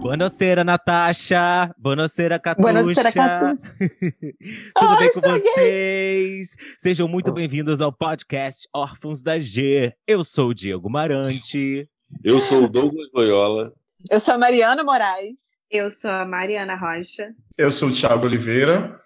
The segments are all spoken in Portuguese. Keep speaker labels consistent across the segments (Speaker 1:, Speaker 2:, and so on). Speaker 1: Buonasera, Natasha. Buonasera, Catuxa.
Speaker 2: Buonasera, Catuxa.
Speaker 1: Tudo
Speaker 2: Ah,
Speaker 1: bem com
Speaker 2: estraguei.
Speaker 1: vocês? Sejam muito bem-vindos ao podcast Órfãos da G. Eu sou o Diego Marante.
Speaker 3: Eu sou o Douglas Loyola.
Speaker 2: Eu sou a Mariana Moraes.
Speaker 4: Eu sou a Mariana Rocha.
Speaker 5: Eu sou o Thiago Oliveira.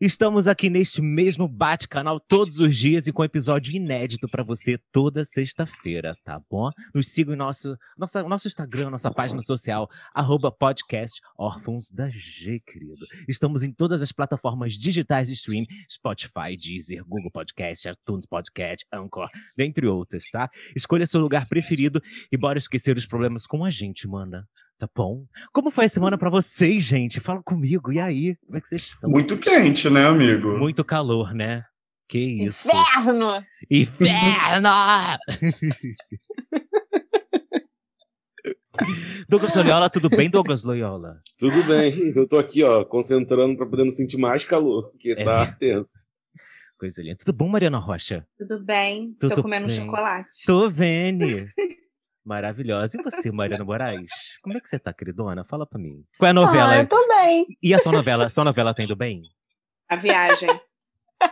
Speaker 1: Estamos aqui neste mesmo bate-canal todos os dias e com episódio inédito para você toda sexta-feira, tá bom? Nos siga em nosso, nossa, nosso Instagram, nossa página social, arroba podcast Órfãos da G, querido. Estamos em todas as plataformas digitais de stream, Spotify, Deezer, Google Podcast, iTunes Podcast, Anchor, dentre outras, tá? Escolha seu lugar preferido e bora esquecer os problemas com a gente, mana. Tá bom? Como foi a semana pra vocês, gente? Fala comigo. E aí? Como é que vocês estão?
Speaker 5: Muito quente, né, amigo?
Speaker 1: Muito calor, né? Que isso.
Speaker 2: Inferno!
Speaker 1: Inferno! Douglas Loyola, tudo bem, Douglas Loyola?
Speaker 3: Tudo bem, eu tô aqui, ó, concentrando pra poder não sentir mais calor, porque
Speaker 1: É.
Speaker 3: tá tenso.
Speaker 1: Coisa linda. Tudo bom, Mariana Rocha?
Speaker 4: Tudo bem?
Speaker 1: Tudo
Speaker 4: Tô comendo
Speaker 1: bem.
Speaker 4: um chocolate.
Speaker 1: Tô vendo. Maravilhosa. E você, Mariana Moraes? Como é que você tá, queridona? Fala pra mim. Qual é a novela?
Speaker 2: Ah, eu tô bem.
Speaker 1: E a sua novela? Sua novela tá indo bem?
Speaker 4: A viagem.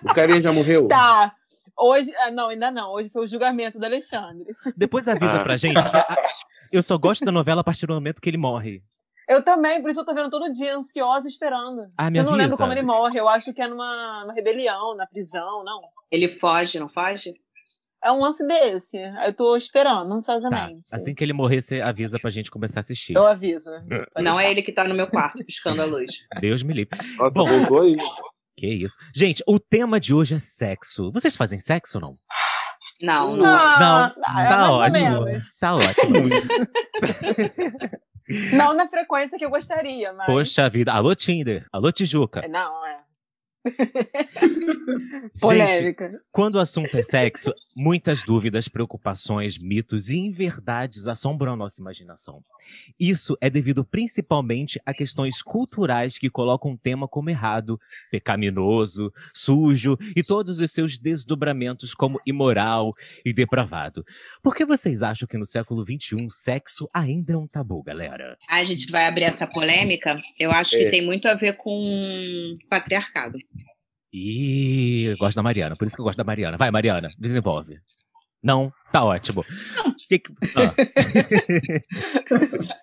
Speaker 3: O carinha já morreu?
Speaker 2: Tá. Hoje. ah, não, ainda não. Hoje foi o julgamento do Alexandre.
Speaker 1: Depois avisa
Speaker 3: Ah.
Speaker 1: pra gente. que a- Eu só gosto da novela a partir do momento que ele morre.
Speaker 2: Eu também, por isso eu tô vendo todo dia, ansiosa, esperando.
Speaker 1: Ah, me
Speaker 2: eu não lembro
Speaker 1: avisa.
Speaker 2: como ele morre. Eu acho que é numa, numa rebelião, na prisão, não.
Speaker 4: Ele foge, não foge?
Speaker 2: É um lance desse. Eu tô esperando,
Speaker 1: Tá.
Speaker 2: ansiosamente.
Speaker 1: Assim que ele morrer, você avisa pra gente começar a assistir.
Speaker 2: Eu aviso.
Speaker 4: Não é ele que tá no meu quarto piscando a luz.
Speaker 1: Deus me livre.
Speaker 3: Nossa,
Speaker 1: Bom.
Speaker 3: voltou aí.
Speaker 1: Que isso. Gente, o tema de hoje é sexo. Vocês fazem sexo ou não?
Speaker 2: Não,
Speaker 4: Não, não.
Speaker 1: Não,
Speaker 2: é
Speaker 1: tá
Speaker 2: mais ou
Speaker 1: ótimo.
Speaker 2: menos.
Speaker 1: Tá ótimo.
Speaker 2: Não na frequência que eu gostaria, mas.
Speaker 1: Poxa vida. Alô, Tinder. Alô, Tijuca.
Speaker 2: Não, é.
Speaker 1: Gente,
Speaker 2: Polêmica.
Speaker 1: quando o assunto é sexo, muitas dúvidas, preocupações, mitos e inverdades assombram a nossa imaginação. Isso é devido principalmente a questões culturais que colocam o tema como errado, pecaminoso, sujo e todos os seus desdobramentos como imoral e depravado. Por que vocês acham que no século XXI sexo ainda é um tabu, galera?
Speaker 4: A gente vai abrir essa polêmica. Eu acho
Speaker 3: É.
Speaker 4: que tem muito a ver com patriarcado.
Speaker 1: Ih, eu gosto da Mariana, por isso que eu gosto da Mariana. Vai, Mariana, desenvolve. Não, tá ótimo. Que que- ah,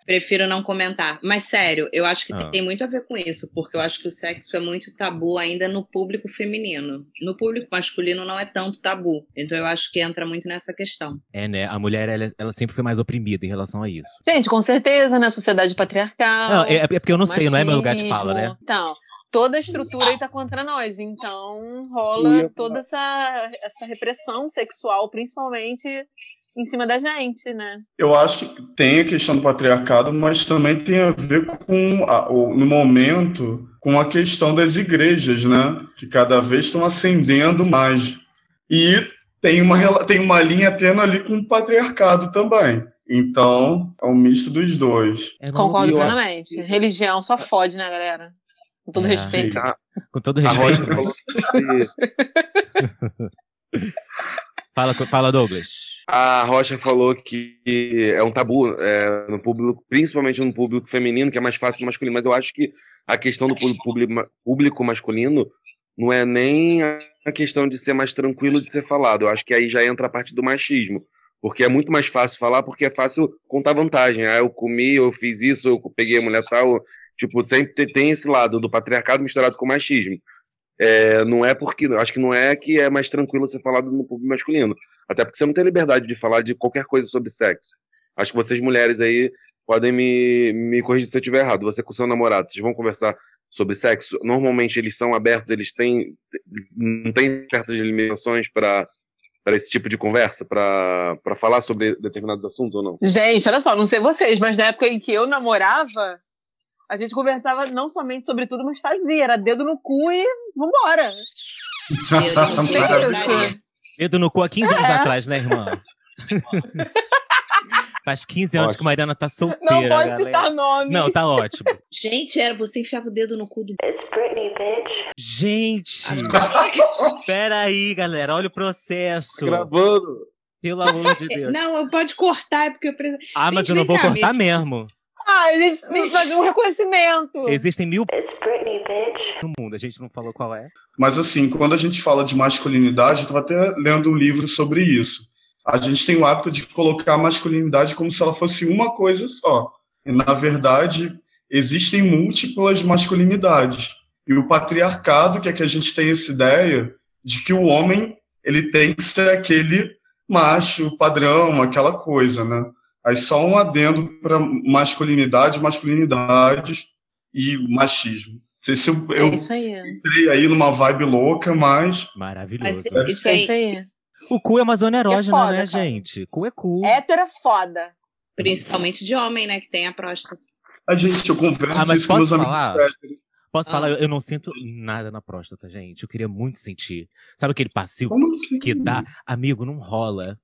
Speaker 4: Prefiro não comentar. Mas sério, eu acho que
Speaker 1: Ah.
Speaker 4: tem muito a ver com isso, porque eu acho que o sexo é muito tabu ainda no público feminino. No público masculino não é tanto tabu. Então eu acho que entra muito nessa questão.
Speaker 1: é, né? A mulher, ela, ela sempre foi mais oprimida em relação a isso.
Speaker 2: Gente, com certeza, né? Sociedade patriarcal.
Speaker 1: Não, é, é porque eu não sei, não é meu lugar de
Speaker 2: machismo.
Speaker 1: fala, né?
Speaker 2: Então, toda a estrutura aí tá contra nós. Então, rola
Speaker 3: Eu ia
Speaker 2: toda essa, essa repressão sexual, principalmente em cima da gente, né?
Speaker 5: Eu acho que tem a questão do patriarcado, mas também tem a ver com, a- o- no momento, com a questão das igrejas, né? Que cada vez estão ascendendo mais. E tem uma, rela- tem uma linha tênue ali com o patriarcado também. Então, é um misto dos dois.
Speaker 1: É, mas
Speaker 2: Concordo
Speaker 3: eu
Speaker 1: eu-
Speaker 3: plena-
Speaker 2: plenamente. Religião só fode, né, galera? Com todo
Speaker 1: É.
Speaker 2: respeito.
Speaker 3: Tá.
Speaker 1: Com todo
Speaker 3: A Rosa
Speaker 1: respeito, mas...
Speaker 3: falou que-
Speaker 1: fala, co- fala, Douglas.
Speaker 3: A Rocha falou que é um tabu é, no público, principalmente no público feminino, que é mais fácil que o masculino, mas eu acho que a questão do pú- público, público masculino não é nem a questão de ser mais tranquilo de ser falado. Eu acho que aí já entra a parte do machismo, porque é muito mais fácil falar, porque é fácil contar vantagem. Ah, eu comi, eu fiz isso, eu peguei a mulher tal. Tipo, sempre te- tem esse lado do patriarcado misturado com o machismo. É, não é porque. Acho que não é que é mais tranquilo ser falado no público masculino. Até porque você não tem liberdade de falar de qualquer coisa sobre sexo. Acho que vocês mulheres aí podem me, me corrigir se eu estiver errado. Você com seu namorado, vocês vão conversar sobre sexo? Normalmente eles são abertos, eles têm não tem certas limitações para para esse tipo de conversa, para para falar sobre determinados assuntos ou não?
Speaker 2: Gente, olha só, não sei vocês, mas na época em que eu namorava, a gente conversava não somente sobre tudo, mas fazia. Era dedo no cu e vambora.
Speaker 4: Eu não
Speaker 2: Tem
Speaker 4: concordaria.
Speaker 2: isso.
Speaker 1: Dedo no cu há 15 anos
Speaker 2: É.
Speaker 1: atrás, né, irmã? Faz 15 anos que Mariana tá solteira,
Speaker 2: Não pode
Speaker 1: galera.
Speaker 2: citar nomes.
Speaker 1: Não, tá ótimo.
Speaker 4: Gente, era você enfiava o dedo no cu do.
Speaker 1: Gente, peraí, galera, olha o processo.
Speaker 3: Gravando!
Speaker 1: Pelo amor de Deus.
Speaker 4: Não, eu pode cortar, é porque eu preciso.
Speaker 1: Ah, mas
Speaker 4: Gente,
Speaker 1: eu não
Speaker 4: vem
Speaker 1: vou
Speaker 4: cá,
Speaker 1: cortar
Speaker 4: gente.
Speaker 1: mesmo.
Speaker 2: Tipo,
Speaker 6: Ah, a gente tem que fazer um reconhecimento.
Speaker 1: Existem mil no mundo, a gente não falou qual é.
Speaker 5: Mas assim, quando a gente fala de masculinidade, eu estava até lendo um livro sobre isso. A gente tem o hábito de colocar a masculinidade como se ela fosse uma coisa só. E, na verdade, existem múltiplas masculinidades. E o patriarcado, que é que a gente tem essa ideia de que o homem ele tem que ser aquele macho padrão, aquela coisa, né? Aí só um adendo para masculinidade, masculinidades e machismo. Não sei se eu, eu
Speaker 2: É isso aí.
Speaker 5: entrei aí numa vibe louca, mas
Speaker 1: Maravilhoso.
Speaker 4: Mas- Isso
Speaker 2: Isso é
Speaker 4: aí.
Speaker 2: isso aí.
Speaker 1: O cu é uma zona erógena,
Speaker 6: foda,
Speaker 1: né,
Speaker 6: cara.
Speaker 1: gente? Cu é cu.
Speaker 6: Hétero é foda.
Speaker 4: Principalmente de homem, né? Que tem a próstata.
Speaker 5: a gente, eu converso
Speaker 1: Ah, mas
Speaker 5: isso com
Speaker 1: posso
Speaker 5: meus amigos.
Speaker 1: falar? Posso
Speaker 4: Ah.
Speaker 1: falar? Eu, eu não sinto nada na próstata, gente. Eu queria muito sentir. Sabe aquele passivo
Speaker 5: Como assim?
Speaker 1: que dá? Amigo, não rola.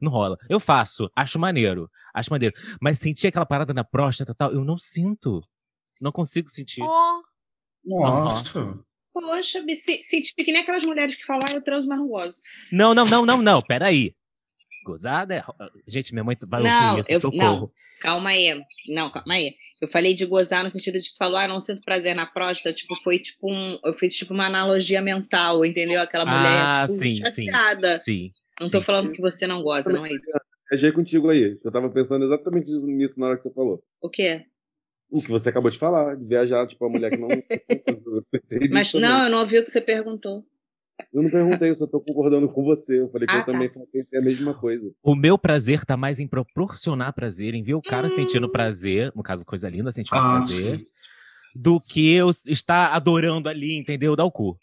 Speaker 1: Não rola. Eu faço, acho maneiro. Acho maneiro. Mas sentir aquela parada na próstata e tal, eu não sinto. Não consigo sentir.
Speaker 6: Ó,
Speaker 5: Nossa.
Speaker 4: Poxa, me se- senti que nem aquelas mulheres que falam, ah, eu transo, mas não gozo.
Speaker 1: Não, não, não, não, não. Peraí. Gozada é. ro- Gente, minha mãe vai
Speaker 4: Não,
Speaker 1: ouvir isso,
Speaker 4: eu-
Speaker 1: socorro.
Speaker 4: Calma aí. Não, calma aí. Eu falei de gozar no sentido de tu falou, ah, não sinto prazer na próstata. Tipo, foi tipo um. Eu fiz tipo uma analogia mental, entendeu? Aquela mulher,
Speaker 1: Ah,
Speaker 4: tipo,
Speaker 1: sim, sim.
Speaker 4: chateada.
Speaker 1: Sim.
Speaker 4: Não tô
Speaker 1: sim.
Speaker 4: falando que você não goza, não é isso.
Speaker 3: Viajei contigo aí. Eu tava pensando exatamente nisso na hora que você falou.
Speaker 4: O quê?
Speaker 3: O que você acabou de falar, de viajar, tipo, a mulher que não. eu pensei nisso
Speaker 4: Mas
Speaker 3: também.
Speaker 4: não, eu não ouvi o que você perguntou.
Speaker 3: Eu não perguntei, eu só tô concordando com você. Eu falei que
Speaker 4: Ah,
Speaker 2: tá.
Speaker 3: eu também pensei a mesma coisa.
Speaker 1: O meu prazer tá mais em proporcionar prazer, em ver o cara sentindo prazer, no caso, coisa linda, sentindo
Speaker 5: Ah,
Speaker 1: prazer,
Speaker 5: sim.
Speaker 1: do que eu s- estar adorando ali, entendeu? Dar o cu.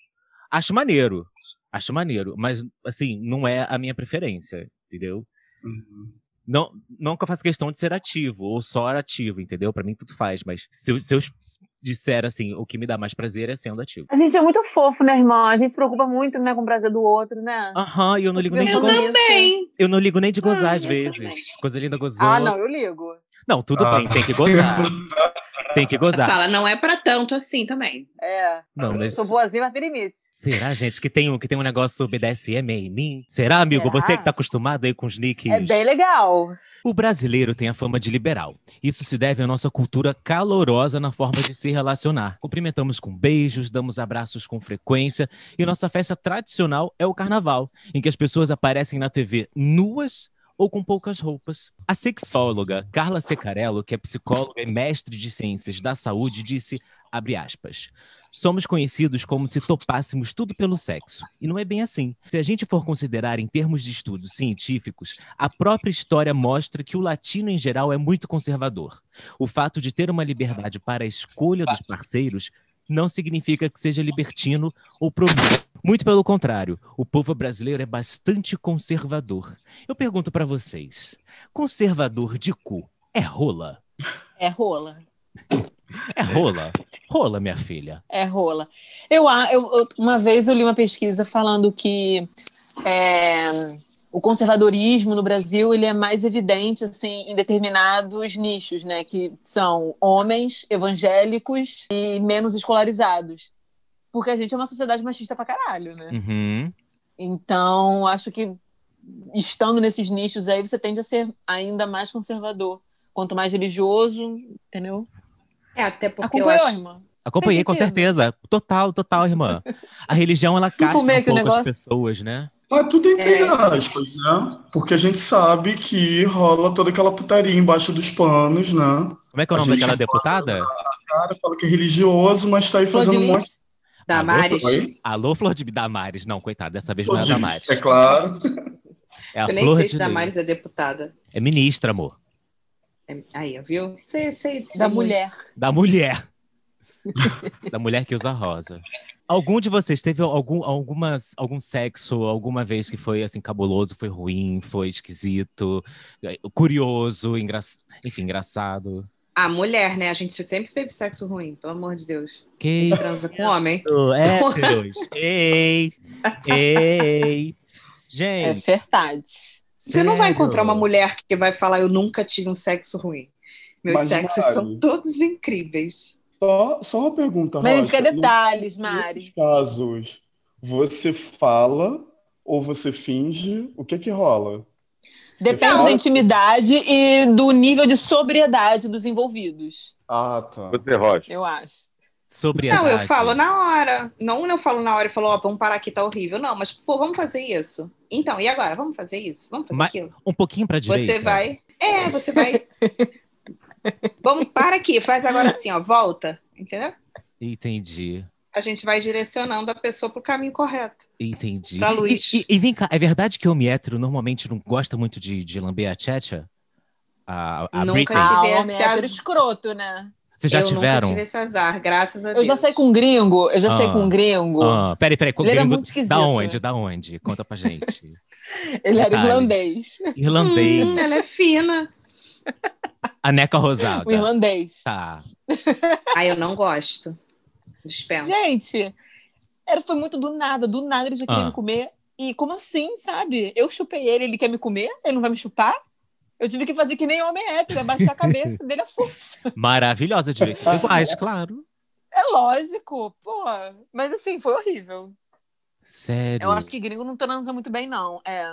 Speaker 1: Acho maneiro. Acho maneiro. Mas, assim, não é a minha preferência, entendeu?
Speaker 5: Uhum.
Speaker 1: Não, não que eu faça questão de ser ativo ou só ativo, entendeu? Pra mim, tudo faz. Mas se eu, se eu s- disser assim, o que me dá mais prazer é sendo ativo.
Speaker 6: a gente é muito fofo, né, irmão? A gente se preocupa muito né, com o prazer do outro, né?
Speaker 1: Aham, e eu Ah, não ligo nem de
Speaker 4: Eu
Speaker 1: go-
Speaker 4: também.
Speaker 1: eu não ligo nem de gozar
Speaker 4: Ah,
Speaker 1: às
Speaker 4: eu
Speaker 1: vezes.
Speaker 4: também.
Speaker 1: Coisa linda gozou.
Speaker 6: Ah, não, eu ligo.
Speaker 1: Não, tudo
Speaker 5: Ah.
Speaker 1: bem, tem que gozar. Tem que gozar.
Speaker 4: Fala, não é pra tanto assim também.
Speaker 6: É.
Speaker 1: Não, mas
Speaker 6: Sou boazinha, mas tem limite.
Speaker 1: será, gente, que tem um, que tem um negócio BDSM aí em mim? Será, amigo?
Speaker 6: Será?
Speaker 1: Você que tá acostumado aí com os nicks.
Speaker 6: É bem legal.
Speaker 1: O brasileiro tem a fama de liberal. Isso se deve à nossa cultura calorosa na forma de se relacionar. Cumprimentamos com beijos, damos abraços com frequência e nossa festa tradicional é o carnaval, em que as pessoas aparecem na TV nuas ou com poucas roupas. A sexóloga Carla Secarello, que é psicóloga e mestre de ciências da saúde, disse, abre aspas, Somos conhecidos como se topássemos tudo pelo sexo. E não é bem assim. Se a gente for considerar em termos de estudos científicos, a própria história mostra que o latino em geral é muito conservador. O fato de ter uma liberdade para a escolha dos parceiros não significa que seja libertino ou promíscuo. Muito pelo contrário, o povo brasileiro é bastante conservador. Eu pergunto para vocês: conservador de cu é rola?
Speaker 2: É rola.
Speaker 1: É rola? Rola, minha filha.
Speaker 2: É rola. Eu, a- eu, eu- uma vez eu li uma pesquisa falando que é, o conservadorismo no Brasil ele é mais evidente assim em determinados nichos, né, que são homens evangélicos e menos escolarizados, porque a gente é uma sociedade machista pra caralho, né?
Speaker 1: Uhum.
Speaker 2: Então acho que estando nesses nichos aí você tende a ser ainda mais conservador, quanto mais religioso, entendeu?
Speaker 4: É, até porque eu
Speaker 2: Acompanhou,
Speaker 4: acho.
Speaker 2: irmã?
Speaker 1: Acompanhei,
Speaker 2: Faz
Speaker 1: com
Speaker 2: sentido.
Speaker 1: certeza. Total, total, irmã. A religião, ela castra um
Speaker 2: fumei aqui o
Speaker 1: pouco as
Speaker 2: negócio.
Speaker 1: pessoas, né?
Speaker 5: Mas Tá tudo entre
Speaker 2: É.
Speaker 5: aspas, né? Porque a gente sabe que rola toda aquela putaria embaixo dos panos, né?
Speaker 1: Como é que é o
Speaker 5: A
Speaker 1: nome
Speaker 5: gente
Speaker 1: daquela
Speaker 5: bota
Speaker 1: deputada?
Speaker 5: O cara fala que é religioso, mas tá aí fazendo um monte
Speaker 2: Flodilis?
Speaker 4: Damares.
Speaker 5: de coisa.
Speaker 1: Alô, Flor de Damares. Não, coitada, dessa vez não é a
Speaker 5: Flodilis,
Speaker 1: Damares.
Speaker 5: É claro.
Speaker 1: É a
Speaker 4: Eu nem
Speaker 1: Flor
Speaker 4: sei
Speaker 1: de
Speaker 4: se Damares é deputada.
Speaker 1: É ministra, amor.
Speaker 4: É- Aí, ó, viu? Sei, sei, sei
Speaker 2: da
Speaker 4: muito.
Speaker 2: mulher.
Speaker 1: Da mulher. da mulher que usa rosa. Algum de vocês teve algum, algumas, algum sexo, alguma vez que foi assim, cabuloso, foi ruim, foi esquisito, eh, curioso, engra... enfim, engraçado.
Speaker 4: A mulher, né? A gente sempre teve sexo ruim, pelo amor de Deus. A
Speaker 1: Que
Speaker 4: gente transa com homem.
Speaker 1: Héteros. É, Ei! Ei!
Speaker 2: É
Speaker 1: Gente,
Speaker 2: verdade.
Speaker 4: Você não vai
Speaker 1: sério.
Speaker 4: encontrar uma mulher que vai falar eu nunca tive um sexo ruim. Meus
Speaker 5: Mas,
Speaker 4: sexos
Speaker 5: Mari-
Speaker 4: são todos incríveis.
Speaker 5: Só, só uma pergunta,
Speaker 2: Mas a gente quer
Speaker 5: Rocha.
Speaker 2: detalhes,
Speaker 5: Nesses
Speaker 2: Mari.
Speaker 5: casos, você fala ou você finge? O que que rola?
Speaker 2: Depende
Speaker 5: Não.
Speaker 2: da intimidade e do nível de sobriedade dos envolvidos,
Speaker 5: Ah, tá.
Speaker 3: Você, Rocha.
Speaker 2: eu acho.
Speaker 1: Sobriedade.
Speaker 4: Não, eu falo na hora. Não, não falo na hora e falo, ó, vamos parar aqui, tá horrível. Não, mas, pô, vamos fazer isso. Então, e agora? Vamos fazer isso? Vamos fazer
Speaker 1: Mas-
Speaker 4: aquilo?
Speaker 1: Um pouquinho pra direita.
Speaker 4: Você vai. É, você vai. vamos, para aqui, faz agora assim, ó, volta. Entendeu?
Speaker 1: Entendi.
Speaker 4: A gente vai direcionando a pessoa pro caminho correto.
Speaker 1: Entendi.
Speaker 4: Pra
Speaker 1: E-
Speaker 4: Luiz.
Speaker 1: E, e vem cá, é verdade que homem hétero normalmente não gosta muito de, de lamber a tchatcha? A, a
Speaker 4: Nunca
Speaker 1: Britney.
Speaker 4: tive.
Speaker 2: Ah,
Speaker 4: tivesse
Speaker 2: homem hétero
Speaker 4: as-
Speaker 2: escroto, né?
Speaker 1: Vocês já
Speaker 4: eu nunca
Speaker 1: tiveram?
Speaker 4: tive esse azar, graças a
Speaker 2: Eu
Speaker 4: Deus.
Speaker 2: já saí com gringo, eu já sei
Speaker 1: Ah.
Speaker 2: saí com gringo.
Speaker 1: Ah, peraí, peraí.
Speaker 2: Ele era
Speaker 1: gringo-
Speaker 2: muito esquisito.
Speaker 1: da onde? Da onde? Conta pra gente.
Speaker 2: Ele era
Speaker 1: Detalhe.
Speaker 2: irlandês.
Speaker 1: Irlandês.
Speaker 4: Hum, ela é fina.
Speaker 1: A Neca Rosada.
Speaker 2: O irlandês.
Speaker 1: Tá.
Speaker 4: Ah, eu não gosto. Dispensa.
Speaker 2: Gente, era, foi muito do nada, do nada ele já queria
Speaker 1: Ah.
Speaker 2: me comer. E como assim, sabe? Eu chupei ele, ele quer me comer? Ele não vai me chupar? Eu tive que fazer que nem homem hétero, abaixar a cabeça dele à força.
Speaker 1: Maravilhosa, direitos iguais, claro.
Speaker 2: É lógico, pô. Mas assim, foi horrível.
Speaker 1: Sério.
Speaker 2: Eu acho que gringo não transa muito bem, não. É.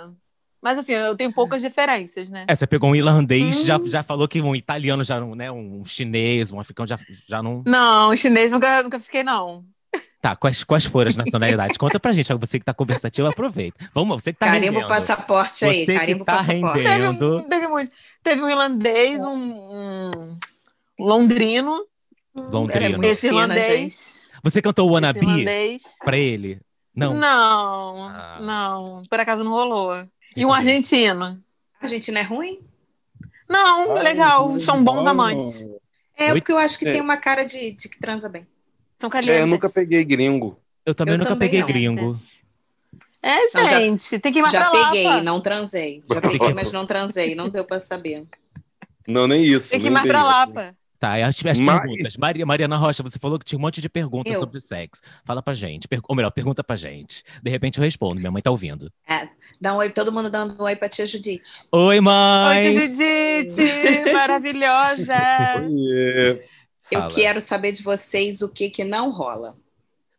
Speaker 2: Mas assim, eu tenho poucas referências, né?
Speaker 1: É, você pegou um irlandês, já, já falou que um italiano, já não, né? Um chinês, um africano, já, já não.
Speaker 2: Não, chinês nunca, nunca fiquei, não.
Speaker 1: Tá, quais, quais foram as nacionalidades? Conta pra gente. Você que tá conversativo, aproveita. Vamos, você que tá
Speaker 4: Carimba o
Speaker 1: rendendo.
Speaker 4: passaporte aí,
Speaker 1: Você
Speaker 4: carimba
Speaker 1: que
Speaker 4: o
Speaker 1: tá
Speaker 4: passaporte.
Speaker 2: Teve,
Speaker 1: rendendo.
Speaker 2: um, teve muito. Teve um irlandês, um, um londrino,
Speaker 1: Londrina.
Speaker 4: Ela é muito
Speaker 2: esse
Speaker 4: fina, gente.
Speaker 2: irlandês.
Speaker 1: Você cantou
Speaker 2: Esse
Speaker 1: né, Wannabe
Speaker 2: irlandês.
Speaker 1: pra ele? Não.
Speaker 2: Não, não,
Speaker 1: Ah.
Speaker 2: Por acaso não rolou. E um
Speaker 1: Entendi.
Speaker 2: argentino.
Speaker 4: A Argentina é ruim?
Speaker 2: Não, um legal. São bons amantes.
Speaker 4: É,
Speaker 1: Oi?
Speaker 4: porque eu acho que
Speaker 3: É.
Speaker 4: tem uma cara de, de que transa bem.
Speaker 2: São
Speaker 3: É,
Speaker 2: calientes.
Speaker 3: eu nunca peguei gringo.
Speaker 1: Eu também
Speaker 4: Eu
Speaker 1: nunca
Speaker 4: também
Speaker 1: peguei
Speaker 4: não.
Speaker 1: gringo.
Speaker 2: É,
Speaker 4: Não, já-
Speaker 2: gente. tem que ir mais
Speaker 4: Já
Speaker 2: pra
Speaker 4: peguei,
Speaker 2: Lapa.
Speaker 4: não transei. Já
Speaker 3: Porque-
Speaker 4: peguei, mas não transei. Não deu pra saber.
Speaker 3: Não, nem isso.
Speaker 2: Tem que ir
Speaker 3: nem
Speaker 2: mais
Speaker 3: dei
Speaker 2: pra
Speaker 3: isso.
Speaker 2: Lapa.
Speaker 1: Tá, é as, as
Speaker 3: Mas-
Speaker 1: perguntas. Maria, Mariana Rocha, você falou que tinha um monte de perguntas
Speaker 4: Eu?
Speaker 1: sobre sexo. Fala pra gente. Per- Ou melhor, pergunta pra gente. De repente eu respondo. Minha mãe tá ouvindo.
Speaker 4: Dá um oi, todo mundo dando um oi pra tia Judite.
Speaker 1: Oi,
Speaker 2: Oi,
Speaker 1: mãe!
Speaker 2: Judite. Maravilhosa.
Speaker 3: Oiê.
Speaker 4: Eu
Speaker 1: Fala.
Speaker 4: quero saber de vocês o que que não rola.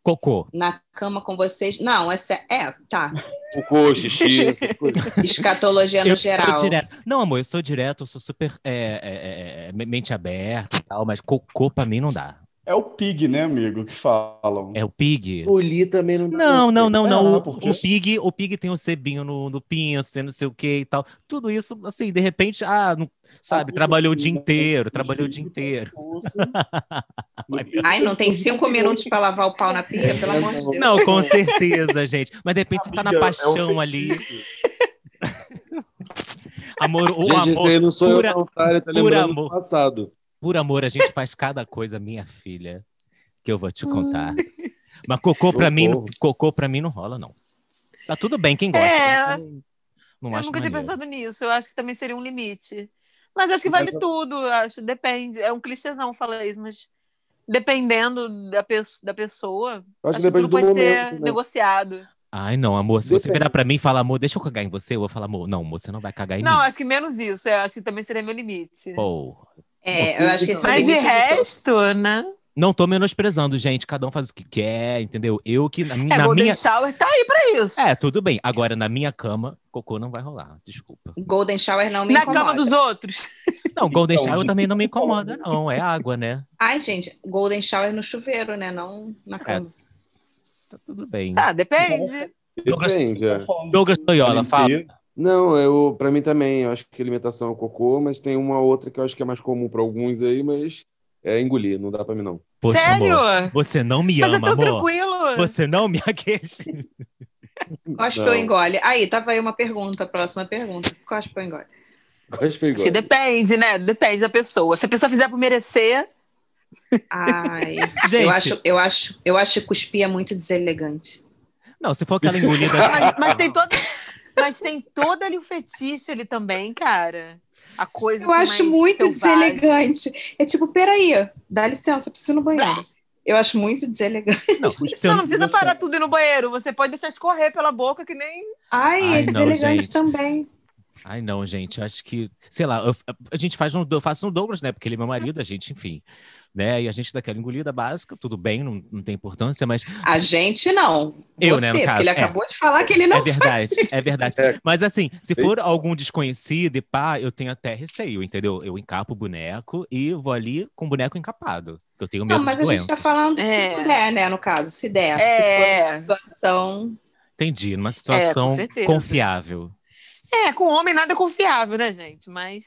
Speaker 1: Cocô.
Speaker 4: Na cama com vocês. Não, essa é. Tá.
Speaker 3: Cocô, xixi, essas coisas.
Speaker 4: Escatologia Tá no
Speaker 1: eu
Speaker 4: geral.
Speaker 1: sou direto. Não, amor, eu sou direto, eu sou super é, é, é, é, mente aberta e tal, mas cocô pra mim não dá.
Speaker 5: É o pig, né, amigo, que falam.
Speaker 1: É o pig.
Speaker 3: Oli também não dá. É,
Speaker 1: Não, não, não, não.
Speaker 5: Ah,
Speaker 1: O,
Speaker 3: tá
Speaker 5: por
Speaker 1: o
Speaker 5: quê?
Speaker 1: pig, o pig tem o sebinho no, no pinto, tem não sei o que e tal. Tudo isso, assim, de repente, ah, não, sabe, trabalhou o dia
Speaker 3: né?
Speaker 1: inteiro, trabalhou o dia inteiro.
Speaker 4: Ai, não tem cinco minutos pra lavar o pau na pia, pelo amor de Deus.
Speaker 1: É, Não, com certeza, gente. Mas de repente você tá na
Speaker 5: Amiga, é um
Speaker 1: paixão ali. Amor, o
Speaker 3: Gente, esse
Speaker 1: amor,
Speaker 3: aí não sou
Speaker 1: pura-
Speaker 3: eu, não, tá? Ele tá
Speaker 1: pura
Speaker 3: lembrando
Speaker 1: amor.
Speaker 3: do passado.
Speaker 1: por amor, a gente faz cada coisa, minha filha, que eu vou te contar. Mas cocô pra mim,
Speaker 3: Socorro.
Speaker 1: cocô pra mim não rola, não. Tá tudo bem, quem gosta.
Speaker 2: É.
Speaker 1: Não, não
Speaker 2: Eu
Speaker 1: acho
Speaker 2: nunca tinha
Speaker 1: maneiro.
Speaker 2: pensado nisso. Eu acho que também seria um limite. Mas acho que vale tudo. eu Acho, depende. É um clichêzão falar isso, mas dependendo da, pe da pessoa,
Speaker 3: Acho que
Speaker 2: acho que
Speaker 3: depende
Speaker 2: tudo
Speaker 3: do
Speaker 2: pode ser
Speaker 3: momento. né?
Speaker 2: negociado.
Speaker 1: Ai, não, amor, se você
Speaker 3: Depende.
Speaker 1: virar pra mim e falar, amor, deixa eu cagar em você, eu vou falar, amor, não, amor, você não vai cagar em
Speaker 2: Não,
Speaker 1: mim.
Speaker 2: acho que menos isso. é, acho que também seria meu limite.
Speaker 1: Pô.
Speaker 4: É, eu acho que esse é o
Speaker 2: Mas de
Speaker 4: limite de todo.
Speaker 2: resto, né?
Speaker 1: Não tô menosprezando, gente, cada um faz o que quer, entendeu? Eu que na,
Speaker 2: É,
Speaker 1: na
Speaker 2: Golden
Speaker 1: minha.
Speaker 2: Shower tá aí pra isso.
Speaker 1: É, tudo bem. Agora, na minha cama, cocô não vai rolar, desculpa.
Speaker 4: Golden Shower não me
Speaker 2: Na
Speaker 4: incomoda.
Speaker 2: cama dos outros.
Speaker 1: Não, Golden
Speaker 5: Então,
Speaker 1: Shower
Speaker 5: gente,
Speaker 1: também não me incomoda, não. É água, né?
Speaker 4: Ai, gente, Golden Shower no chuveiro, né? Não
Speaker 1: É,
Speaker 4: na cama.
Speaker 1: Tá tudo bem.
Speaker 2: Ah, depende.
Speaker 1: Douglas-
Speaker 3: Depende, é.
Speaker 1: Douglas Toyola, fala.
Speaker 3: Não, eu, pra mim também, eu acho que limitação é o cocô, mas tem uma outra que eu acho que é mais comum pra alguns aí, mas é engolir, não dá pra mim não.
Speaker 1: Poxa,
Speaker 2: Sério?
Speaker 1: amor, você não me
Speaker 2: Mas é
Speaker 1: ama,
Speaker 2: tão
Speaker 1: amor.
Speaker 2: tranquilo.
Speaker 1: Você não me aquece.
Speaker 4: Gospel
Speaker 3: Não.
Speaker 4: engole. Aí, tava aí uma pergunta, próxima pergunta. Gospel engole.
Speaker 3: Gosto
Speaker 2: Acho que
Speaker 3: igual.
Speaker 2: Depende, né? Depende da pessoa. Se a pessoa fizer por merecer,
Speaker 4: Ai,
Speaker 1: Gente,
Speaker 4: eu acho, eu acho, eu acho que cuspir é muito deselegante.
Speaker 1: não, se for aquela engolida
Speaker 2: Mas,
Speaker 1: assim.
Speaker 2: mas tem todo, mas tem todo ali o fetiche ali também, cara. A coisa.
Speaker 4: Eu
Speaker 2: assim,
Speaker 4: acho
Speaker 2: mais
Speaker 4: muito
Speaker 2: selvagem.
Speaker 4: deselegante. É tipo, peraí, dá licença, preciso ir no banheiro. Eu acho muito deselegante.
Speaker 1: Não, se eu-
Speaker 2: Não, não precisa parar tudo e ir no banheiro. Você pode deixar escorrer pela boca que nem.
Speaker 4: Ai,
Speaker 1: Ai, não,
Speaker 4: é deselegante
Speaker 1: gente.
Speaker 4: também.
Speaker 1: Ai, não, gente, acho que, sei lá, eu- a gente faz um, eu faço um Douglas, né? Porque ele é meu marido, a gente, enfim, né? E a gente dá aquela engolida básica, tudo bem, não, não tem importância, mas é
Speaker 4: A gente não.
Speaker 1: Eu,
Speaker 4: Você,
Speaker 1: né, no
Speaker 4: porque
Speaker 1: caso,
Speaker 4: ele
Speaker 1: é.
Speaker 4: acabou de falar que ele não
Speaker 1: é verdade, é verdade.
Speaker 3: É.
Speaker 1: Mas assim, se for algum desconhecido e pá, eu tenho até receio, entendeu? Eu encapo o boneco e vou ali com o boneco encapado. Eu tenho medo
Speaker 4: Não, mas
Speaker 1: de
Speaker 4: a
Speaker 1: doença.
Speaker 4: gente tá falando
Speaker 2: É.
Speaker 4: se puder, né? No caso, se der.
Speaker 2: É.
Speaker 4: Se for uma situação.
Speaker 1: Entendi,
Speaker 4: É,
Speaker 1: numa
Speaker 2: com
Speaker 1: situação
Speaker 2: certeza.
Speaker 1: confiável.
Speaker 2: É, com homem nada é confiável, né, gente? Mas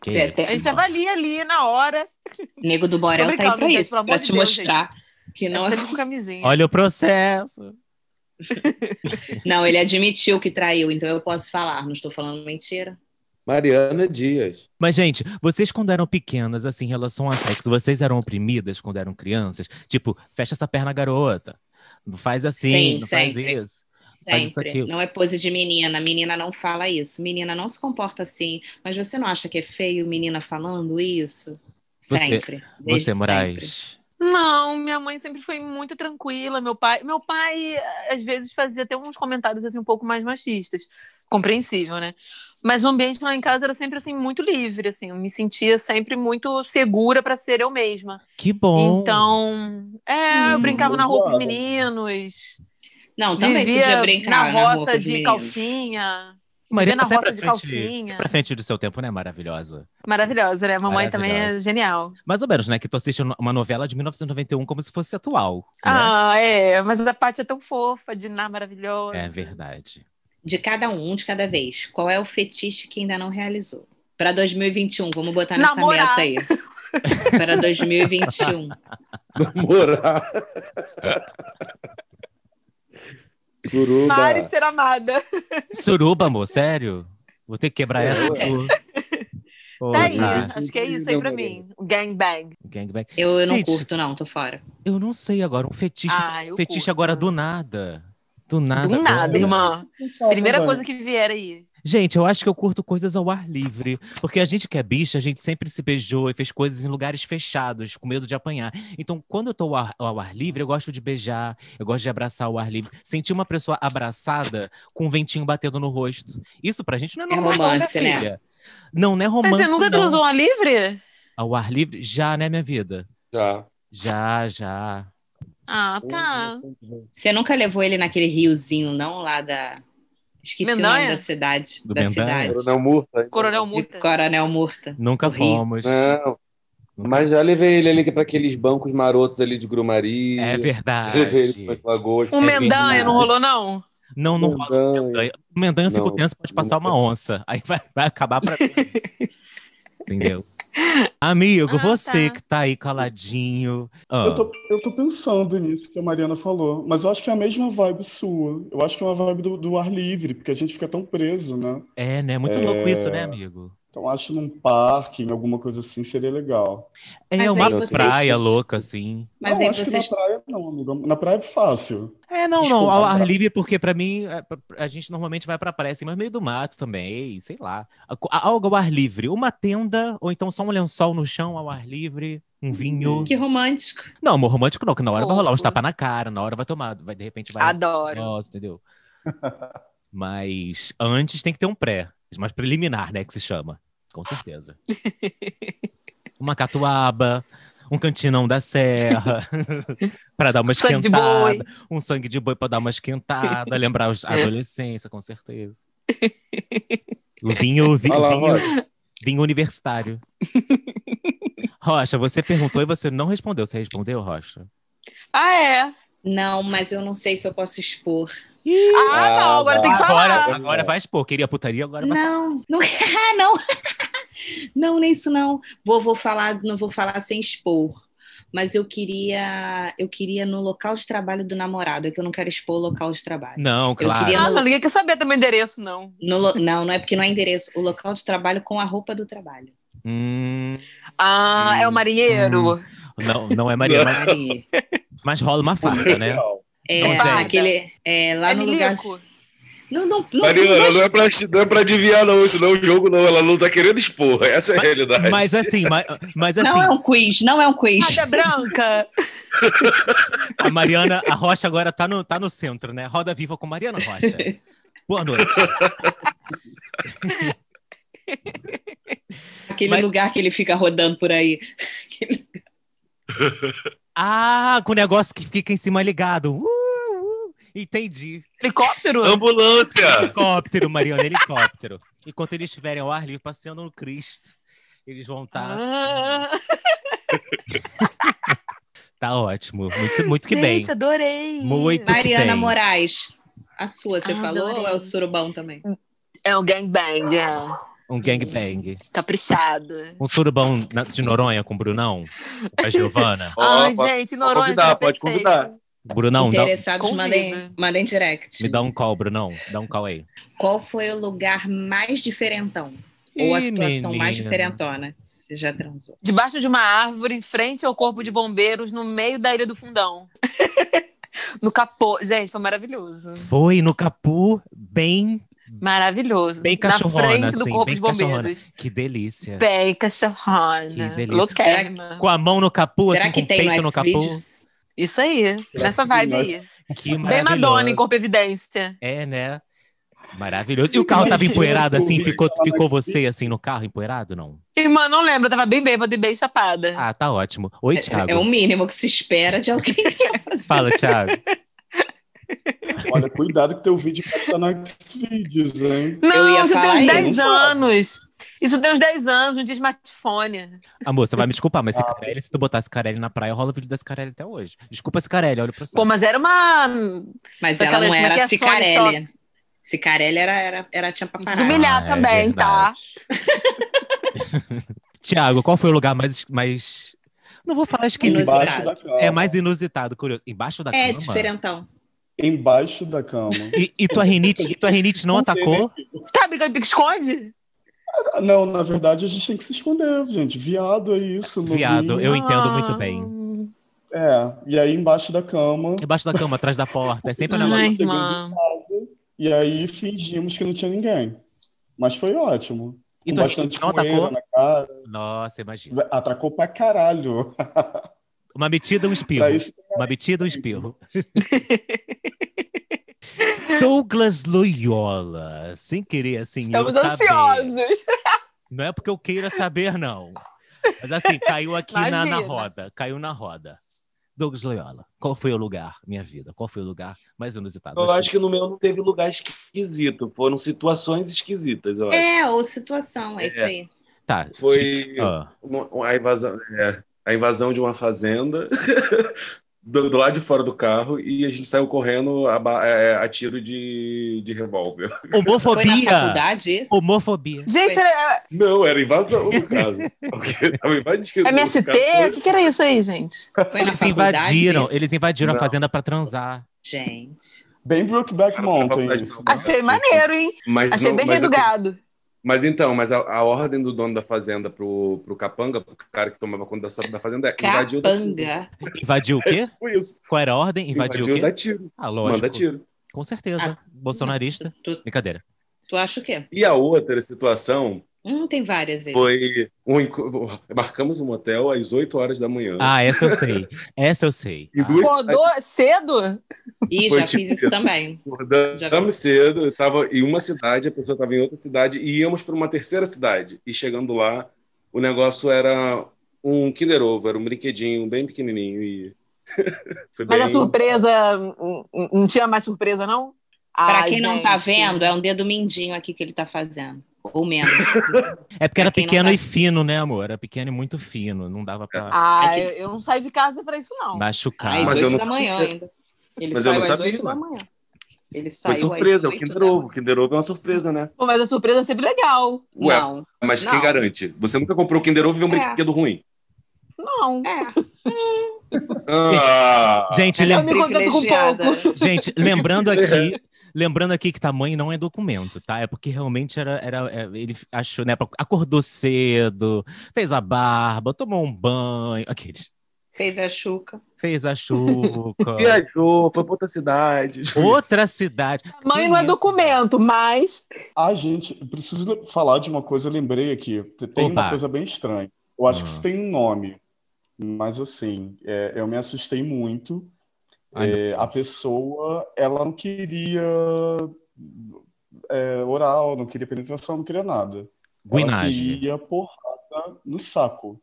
Speaker 1: Que
Speaker 4: É,
Speaker 1: isso,
Speaker 4: tem-
Speaker 2: a gente
Speaker 1: não.
Speaker 2: avalia ali na hora.
Speaker 4: Nego do
Speaker 2: Tô
Speaker 4: Borel tá aí
Speaker 2: brincando,
Speaker 4: pra
Speaker 2: gente,
Speaker 4: isso,
Speaker 2: pelo amor
Speaker 4: pra
Speaker 2: de
Speaker 4: te
Speaker 2: Deus,
Speaker 4: mostrar que não
Speaker 2: Essa
Speaker 4: é.
Speaker 2: ali com camisinha.
Speaker 1: Olha o processo.
Speaker 4: Não, ele admitiu que traiu, então eu posso falar, não estou falando mentira.
Speaker 3: Mariana Dias.
Speaker 1: Mas, gente, vocês quando eram pequenas, assim, em relação a sexo, vocês eram oprimidas quando eram crianças? Tipo, fecha essa perna, garota. Não faz assim,
Speaker 4: Sim,
Speaker 1: não
Speaker 4: sempre.
Speaker 1: faz isso. Faz isso
Speaker 4: Sempre.
Speaker 1: aqui.
Speaker 4: Não é pose de menina, menina não fala isso, menina não se comporta assim. Mas você não acha que é feio menina falando isso?
Speaker 1: Você-
Speaker 4: Sempre. desde
Speaker 1: Você,
Speaker 4: sempre.
Speaker 1: Moraes.
Speaker 2: Não, minha mãe sempre foi muito tranquila. Meu pai, meu pai eh, às vezes fazia até uns comentários assim um pouco mais machistas, compreensível, né? Mas o ambiente lá em casa era sempre assim muito livre, assim, eu me sentia sempre muito segura para ser eu mesma.
Speaker 1: Que bom.
Speaker 2: Então, é, eu
Speaker 4: Hum,
Speaker 2: brincava na roupa dos
Speaker 5: boa.
Speaker 2: meninos,
Speaker 4: Não, também
Speaker 2: vivia
Speaker 4: podia brincar
Speaker 2: na roça
Speaker 4: roupa
Speaker 2: de
Speaker 4: menino.
Speaker 2: calcinha.
Speaker 1: Maria,
Speaker 2: na
Speaker 1: você é
Speaker 2: roça
Speaker 1: pra
Speaker 2: de
Speaker 1: frente-
Speaker 2: calcinha.
Speaker 1: você é pra frente do seu tempo, né? Maravilhosa.
Speaker 2: Maravilhosa, né? Mamãe também é
Speaker 1: Maravilhosa.
Speaker 2: genial.
Speaker 1: Mais ou menos, né? Que tu assiste uma novela de 1991 como se fosse atual. né?
Speaker 2: Ah, é, mas a Paty é tão fofa, de Diná maravilhosa.
Speaker 1: É verdade.
Speaker 4: De cada um, de cada vez. Qual é o fetiche que ainda não realizou? Para 2021, vamos botar nessa
Speaker 2: Namorar.
Speaker 4: meta aí. Para 2021.
Speaker 3: Namorar. Suruba.
Speaker 2: Amar e ser amada.
Speaker 1: Suruba, amor, sério? Vou ter que quebrar essa.
Speaker 3: É.
Speaker 1: tu. Pô,
Speaker 2: Tá aí,
Speaker 1: tá.
Speaker 2: acho que é isso aí pra mim. O gangbang.
Speaker 1: Gangbang.
Speaker 4: Eu, eu não
Speaker 1: Gente.
Speaker 4: curto, não, tô fora.
Speaker 1: Eu não sei agora, um fetiche.
Speaker 2: Ah, eu
Speaker 1: fetiche
Speaker 2: curto.
Speaker 1: agora do nada. Do nada.
Speaker 2: Do nada,
Speaker 1: Olha.
Speaker 2: irmã. Primeira coisa que vier aí.
Speaker 1: Gente, eu acho que eu curto coisas ao ar livre. Porque a gente que é bicha, a gente sempre se beijou e fez coisas em lugares fechados, com medo de apanhar. Então, quando eu tô ao ar, ao ar livre, eu gosto de beijar, eu gosto de abraçar o ar livre. Sentir uma pessoa abraçada com um ventinho batendo no rosto. Isso pra gente não é
Speaker 4: É
Speaker 1: normal, não, né,
Speaker 4: romance, né?
Speaker 1: filha? Não, não é
Speaker 2: Mas
Speaker 1: romance.
Speaker 2: você nunca
Speaker 1: não.
Speaker 2: transou uma livre?
Speaker 1: Ao ar livre? Já, né, minha vida?
Speaker 3: Já.
Speaker 1: Já, já.
Speaker 2: Ah, tá.
Speaker 4: Você nunca levou ele naquele riozinho, não, lá da. Esqueci o
Speaker 2: Mendanha?
Speaker 4: nome da cidade.
Speaker 1: Do
Speaker 4: da
Speaker 1: Mendanha?
Speaker 4: cidade.
Speaker 3: Coronel Murta. então.
Speaker 2: Coronel
Speaker 4: De
Speaker 2: Murta.
Speaker 4: Coronel Murta.
Speaker 1: Nunca
Speaker 4: Do Rio.
Speaker 1: fomos.
Speaker 3: Não.
Speaker 1: Nunca-
Speaker 3: Mas já levei ele ali para aqueles bancos marotos ali de Grumari.
Speaker 1: É
Speaker 3: Levei ele Um para
Speaker 1: verdade.
Speaker 3: as lagoas.
Speaker 2: Um
Speaker 1: É
Speaker 2: Mendanha
Speaker 1: verdade.
Speaker 2: não rolou, não?
Speaker 1: Não, não rola.
Speaker 3: Mendanha.
Speaker 1: Mendanha. O Mendanha ficou
Speaker 3: Não,
Speaker 1: tenso, pode passar
Speaker 3: nunca.
Speaker 1: uma onça. Aí vai, vai acabar pra mim. Entendeu? Amigo,
Speaker 2: Ah,
Speaker 1: você
Speaker 2: tá.
Speaker 1: que tá aí caladinho. Ah,
Speaker 5: Eu tô, eu tô pensando nisso que a Mariana falou, mas eu acho que é a mesma vibe sua. Eu acho que é uma vibe do, do ar livre, porque a gente fica tão preso, né?
Speaker 1: É, né? Muito louco isso, né, amigo?
Speaker 5: Então acho num parque, em alguma coisa assim, seria legal.
Speaker 1: É
Speaker 4: Mas
Speaker 1: uma
Speaker 4: aí vocês-
Speaker 1: praia louca, assim.
Speaker 4: Mas
Speaker 5: não,
Speaker 4: aí
Speaker 5: acho
Speaker 4: vocês.
Speaker 5: que na praia não, amigo. Na praia é fácil.
Speaker 1: É, não, não.
Speaker 5: Desculpa,
Speaker 1: Ao ar
Speaker 5: André.
Speaker 1: livre, porque pra mim, é, pra- pra- a gente normalmente vai pra praia, assim, mas meio do mato também, sei lá. A- a- Algo ao ar livre. Uma tenda, ou então só um lençol no chão ao ar livre, um vinho.
Speaker 4: Que romântico.
Speaker 1: Não, amor romântico não, que na hora vai rolar uns
Speaker 2: Fofo.
Speaker 1: tapa na cara, na hora vai tomar, vai, de repente
Speaker 2: Ah,
Speaker 1: vai.
Speaker 2: Adoro.
Speaker 1: Nossa, entendeu? Mas antes tem que ter um pré, mas preliminar, né, que se chama. Com certeza. Uma catuaba, um cantinão da serra, pra dar uma
Speaker 2: Um Sangue de
Speaker 1: esquentada.
Speaker 2: boi. É.
Speaker 1: um sangue de boi pra dar uma esquentada, lembrar os- a adolescência, com certeza. O vinho, o vinho,
Speaker 3: Olha lá,
Speaker 1: vinho,
Speaker 3: Rocha.
Speaker 1: vinho universitário. Rocha, você perguntou e você não respondeu. Você respondeu, Rocha?
Speaker 2: Ah, é?
Speaker 4: Não, mas eu não sei se eu posso expor.
Speaker 2: Ah, não, agora
Speaker 3: Ah,
Speaker 2: tem que falar.
Speaker 1: Agora, agora vai expor. Queria putaria, agora vai.
Speaker 4: Não, não, Ah, não. Não, nem isso não. Vou, vou falar, não vou falar sem expor. Mas eu queria, eu queria no local de trabalho do namorado, é que eu não quero expor o local de trabalho.
Speaker 1: Não, claro.
Speaker 4: queria-
Speaker 2: Ah, não, ninguém quer saber também o endereço, não.
Speaker 4: No lo- Não, não é porque não é endereço. O local de trabalho com a roupa do trabalho.
Speaker 1: Hum,
Speaker 2: Ah, é o marinheiro.
Speaker 1: não, não é Maria, mas,
Speaker 4: Maria.
Speaker 1: mas rola uma farda, né?
Speaker 5: Legal.
Speaker 4: É,
Speaker 1: Não, gente.
Speaker 4: aquele, é, lá
Speaker 2: é
Speaker 4: no lugar.
Speaker 2: milico.
Speaker 4: Não, não, não,
Speaker 3: Mariana,
Speaker 4: não-
Speaker 3: não é, pra, não é pra adivinhar, não. Isso não é um jogo, não. Ela não tá querendo expor. Essa é a realidade.
Speaker 1: Mas assim, mas, mas assim,
Speaker 4: não é um quiz, não é um quiz.
Speaker 2: Águia Ah, branca.
Speaker 1: a Mariana, a Rocha agora tá no, tá no centro, né? Roda viva com Mariana Rocha. Boa noite.
Speaker 4: Aquele
Speaker 1: Mas-
Speaker 4: lugar que ele fica rodando por aí.
Speaker 1: Ah, com o negócio que fica em cima ligado. Uh, uh. entendi.
Speaker 6: Helicóptero?
Speaker 3: Ambulância!
Speaker 1: Helicóptero, Mariana, helicóptero. Enquanto eles estiverem ao ar livre passeando no Cristo, eles vão estar.
Speaker 2: Ah,
Speaker 1: Tá ótimo. Muito, muito que
Speaker 7: Gente,
Speaker 1: bem.
Speaker 7: adorei.
Speaker 1: Muito que
Speaker 4: Mariana
Speaker 1: bem.
Speaker 4: Moraes. A sua, você
Speaker 7: Ah,
Speaker 4: falou?
Speaker 7: adorei.
Speaker 4: Ou é o surubão também?
Speaker 2: É um gangbang, é.
Speaker 1: Um gangbang.
Speaker 2: caprichado.
Speaker 1: Um surubão na- de Noronha com o Brunão? Com a Giovana?
Speaker 5: Ó,
Speaker 2: Ai,
Speaker 5: pode-
Speaker 2: gente, Noronha
Speaker 5: convidar,
Speaker 2: tá
Speaker 5: pode
Speaker 2: perfeito.
Speaker 5: convidar.
Speaker 1: Brunão, dá,
Speaker 4: Interessados,
Speaker 2: Convida.
Speaker 4: mandem, mandem direct.
Speaker 1: me dá um call, Brunão. Dá um call aí.
Speaker 4: Qual foi o lugar mais diferentão? Ou a
Speaker 1: Ih,
Speaker 4: situação mais
Speaker 1: menina.
Speaker 4: diferentona? que Você já transou.
Speaker 2: Debaixo de uma árvore, em frente ao corpo de bombeiros, no meio da Ilha do Fundão. no capô. Gente, foi maravilhoso.
Speaker 1: Foi no Capu, bem.
Speaker 2: Maravilhoso.
Speaker 1: Bem
Speaker 2: Na
Speaker 1: cachorrona,
Speaker 2: frente do
Speaker 1: assim,
Speaker 2: corpo
Speaker 1: bem
Speaker 2: de bombeiros.
Speaker 1: Que delícia.
Speaker 2: Bem
Speaker 1: Que
Speaker 2: cachorrona.
Speaker 1: delícia.
Speaker 2: Louquérrima.
Speaker 1: Com a mão no capu,
Speaker 4: Será
Speaker 1: assim,
Speaker 4: que
Speaker 1: com o
Speaker 4: tem
Speaker 1: peito
Speaker 4: no
Speaker 1: no capu.
Speaker 4: Xvideos?
Speaker 2: Isso aí. Nessa vibe aí.
Speaker 1: Que É.
Speaker 2: Bem Madonna em
Speaker 1: maravilhoso.
Speaker 2: corpo evidência.
Speaker 1: É, né? Maravilhoso. E o carro tava empoeirado assim? Ficou, ficou você assim no carro empoeirado, não?
Speaker 2: Irmã, não lembro, eu tava bem bêbada e bem chapada.
Speaker 1: Ah, tá ótimo. Oi, Thiago.
Speaker 4: É, é o mínimo que se espera de alguém que tá fazendo.
Speaker 1: Fala, Thiago.
Speaker 5: Olha, cuidado que teu vídeo pode estar no Xvideos, hein?
Speaker 2: não,
Speaker 4: eu ia
Speaker 2: isso tem
Speaker 4: falar
Speaker 2: uns
Speaker 4: isso.
Speaker 2: 10
Speaker 5: Não fala.
Speaker 2: anos. Isso tem uns 10 anos, não tinha smartphone.
Speaker 1: Amor, você Ah, vai me desculpar, mas
Speaker 4: Ah.
Speaker 1: Cicarelli, se tu botar Cicarelli na praia, rola o vídeo da Cicarelli até hoje. Desculpa, Cicarelli, olha o processo.
Speaker 2: Pô, mas era uma
Speaker 4: Mas
Speaker 2: Foi
Speaker 4: ela
Speaker 2: aquela
Speaker 4: não
Speaker 2: como é que é
Speaker 4: era
Speaker 2: a Sony
Speaker 4: Cicarelli. Cicarelli era, era, era tinha pra
Speaker 1: Ah,
Speaker 2: Mas
Speaker 4: parar.
Speaker 2: Desumilhante. humilhar também, tá?
Speaker 1: verdade. Tiago, qual foi o lugar mais. mais... Não vou falar esquisito.
Speaker 4: Inusitado.
Speaker 5: Embaixo da cama.
Speaker 1: É mais inusitado, curioso. Embaixo da
Speaker 4: É
Speaker 1: cama?
Speaker 4: diferentão.
Speaker 5: Embaixo da cama.
Speaker 1: E, e tua rinite, e tua rinite não,
Speaker 5: Não sei,
Speaker 1: atacou?
Speaker 2: Sabe brigando de pique-esconde?
Speaker 5: Ah, Não, na verdade a gente tem que se esconder, gente. Viado é isso. novinho.
Speaker 1: Viado, eu
Speaker 2: Ah.
Speaker 1: entendo muito bem.
Speaker 2: bem.
Speaker 5: É, e aí embaixo da cama.
Speaker 1: Embaixo da cama, atrás da porta. É sempre um
Speaker 5: Ai.
Speaker 1: negócio.
Speaker 2: irmã.
Speaker 5: E aí fingimos que não tinha ninguém. Mas foi ótimo.
Speaker 1: E
Speaker 5: Com
Speaker 1: tua
Speaker 5: bastante
Speaker 1: rinite não Então, atacou?
Speaker 5: poeira na cara.
Speaker 1: Nossa, imagina.
Speaker 5: Atacou pra caralho.
Speaker 1: Uma metida, um espirro.
Speaker 5: Pra isso, é
Speaker 1: Uma metida, um espirro. Douglas Loyola. Sem querer, assim,
Speaker 2: Estamos
Speaker 1: eu saber.
Speaker 2: ansiosos.
Speaker 1: Não é porque eu queira saber, não. Mas assim, caiu aqui na, na
Speaker 2: Imagina.
Speaker 1: roda. Caiu na roda. Douglas Loyola, qual foi o lugar, minha vida? Qual foi o lugar mais inusitado?
Speaker 3: Eu acho que no meu não teve lugar esquisito. Foram situações esquisitas, eu acho.
Speaker 4: É, ou situação, é, isso aí.
Speaker 1: Tá.
Speaker 3: Foi
Speaker 1: Ah,
Speaker 3: uma- a, invasão, é, a invasão de uma fazenda do, do lado de fora do carro e a gente saiu correndo a, ba- é, a tiro de, de revólver.
Speaker 4: Foi na
Speaker 1: homofobia.
Speaker 4: faculdade isso?
Speaker 1: Homofobia.
Speaker 2: Gente, era,
Speaker 3: Não, era invasão, no caso. Porque tava
Speaker 2: é
Speaker 3: invadindo.
Speaker 2: MST? O que, que era isso aí, gente?
Speaker 4: Foi na
Speaker 1: Eles
Speaker 4: faculdade
Speaker 1: invadiram,
Speaker 4: isso?
Speaker 1: eles invadiram a
Speaker 3: Não.
Speaker 1: fazenda pra transar.
Speaker 4: Gente.
Speaker 5: bem Brookback
Speaker 3: Cara,
Speaker 5: Mountain.
Speaker 3: não,
Speaker 5: Isso.
Speaker 3: não.
Speaker 2: Achei maneiro, hein?
Speaker 3: Mas
Speaker 2: Achei
Speaker 3: não-
Speaker 2: bem
Speaker 3: mas, assim,
Speaker 2: redugado.
Speaker 3: Mas então, mas a, a ordem do dono da fazenda pro, pro capanga, pro cara que tomava conta da, da fazenda, é invadiu da tiro.
Speaker 4: Capanga.
Speaker 1: Invadiu o quê?
Speaker 3: É tipo isso.
Speaker 1: Qual era a ordem? Invadiu,
Speaker 3: Invadiu
Speaker 1: o quê?
Speaker 3: da tiro.
Speaker 1: Ah, lógico.
Speaker 3: Manda tiro.
Speaker 1: Com certeza.
Speaker 4: Ah.
Speaker 1: Bolsonarista.
Speaker 4: Tu,
Speaker 1: Brincadeira.
Speaker 4: tu acha o quê?
Speaker 3: E a outra situação
Speaker 4: Hum, tem várias aí.
Speaker 3: foi. Um, enco- marcamos um motel às 8 horas da manhã.
Speaker 1: Ah, essa eu sei. Essa eu sei.
Speaker 3: E
Speaker 1: Ah,
Speaker 3: duas-
Speaker 2: Acordou cedo?
Speaker 4: Ih,
Speaker 3: foi
Speaker 4: já
Speaker 3: tipo
Speaker 4: fiz isso
Speaker 3: isso.
Speaker 4: também.
Speaker 3: Acordamos cedo, eu tava em uma cidade, a pessoa estava em outra cidade, e íamos para uma terceira cidade. E chegando lá, o negócio era um Kinder Ovo, era um brinquedinho bem pequenininho. E... Foi
Speaker 2: Mas a
Speaker 3: bem-
Speaker 2: surpresa. hum, hum, Não tinha mais surpresa, não?
Speaker 4: Pra
Speaker 2: Ai,
Speaker 4: quem não tá
Speaker 2: gente.
Speaker 4: vendo, é um dedo mindinho aqui que ele tá fazendo. Ou menos.
Speaker 1: É porque era
Speaker 4: pra quem não
Speaker 1: pequeno
Speaker 4: tá-
Speaker 1: e fino, né, amor? Era pequeno e muito fino. Não dava pra
Speaker 2: Ah,
Speaker 4: Aqui-
Speaker 2: eu- eu não saio de casa pra isso,
Speaker 4: Ah.
Speaker 2: não.
Speaker 1: machucar.
Speaker 4: Às
Speaker 3: Mas eu
Speaker 4: oito
Speaker 3: não
Speaker 4: da manhã ainda. Ele
Speaker 3: Mas eu não
Speaker 4: saiu às
Speaker 3: sabia. né?
Speaker 4: oito da manhã. Ele
Speaker 3: Foi
Speaker 4: saiu
Speaker 3: surpresa,
Speaker 4: às
Speaker 3: o
Speaker 4: oito
Speaker 3: Kinder
Speaker 4: da
Speaker 3: Ovo.
Speaker 4: manhã.
Speaker 3: O Kinder Ovo é uma surpresa, né?
Speaker 2: Pô, mas a surpresa é sempre legal.
Speaker 3: Ué.
Speaker 4: Não.
Speaker 3: Mas
Speaker 4: Não.
Speaker 3: quem garante? Você nunca comprou o Kinder Ovo e viu um
Speaker 4: É.
Speaker 3: brinquedo ruim.
Speaker 2: Não.
Speaker 4: É.
Speaker 3: Ah,
Speaker 1: Gente,
Speaker 4: ela é
Speaker 1: lem-
Speaker 2: Eu me contento com
Speaker 4: privilegiada.
Speaker 1: gente, lembrando aqui. Lembrando aqui que tamanho não é documento, tá? É porque realmente era. era é, ele achou, né? Acordou cedo, fez a barba, tomou um banho. Aqueles.
Speaker 4: Fez a chuca.
Speaker 1: Fez a chuca.
Speaker 3: é viajou, foi pra outra cidade.
Speaker 1: Outra cidade.
Speaker 2: Mãe não é
Speaker 1: Isso.
Speaker 2: documento, mas.
Speaker 5: Ah, gente, eu preciso le- falar de uma coisa, eu lembrei aqui. Tem tem
Speaker 1: Opa.
Speaker 5: uma coisa bem estranha. Eu acho que
Speaker 1: Ah.
Speaker 5: isso tem um nome. Mas assim, é, eu me assustei muito.
Speaker 1: Ai, meu
Speaker 5: É, a pessoa, ela não queria é, oral, não queria penetração, não queria nada. Ela
Speaker 1: Guinagem.
Speaker 5: queria porrada no saco.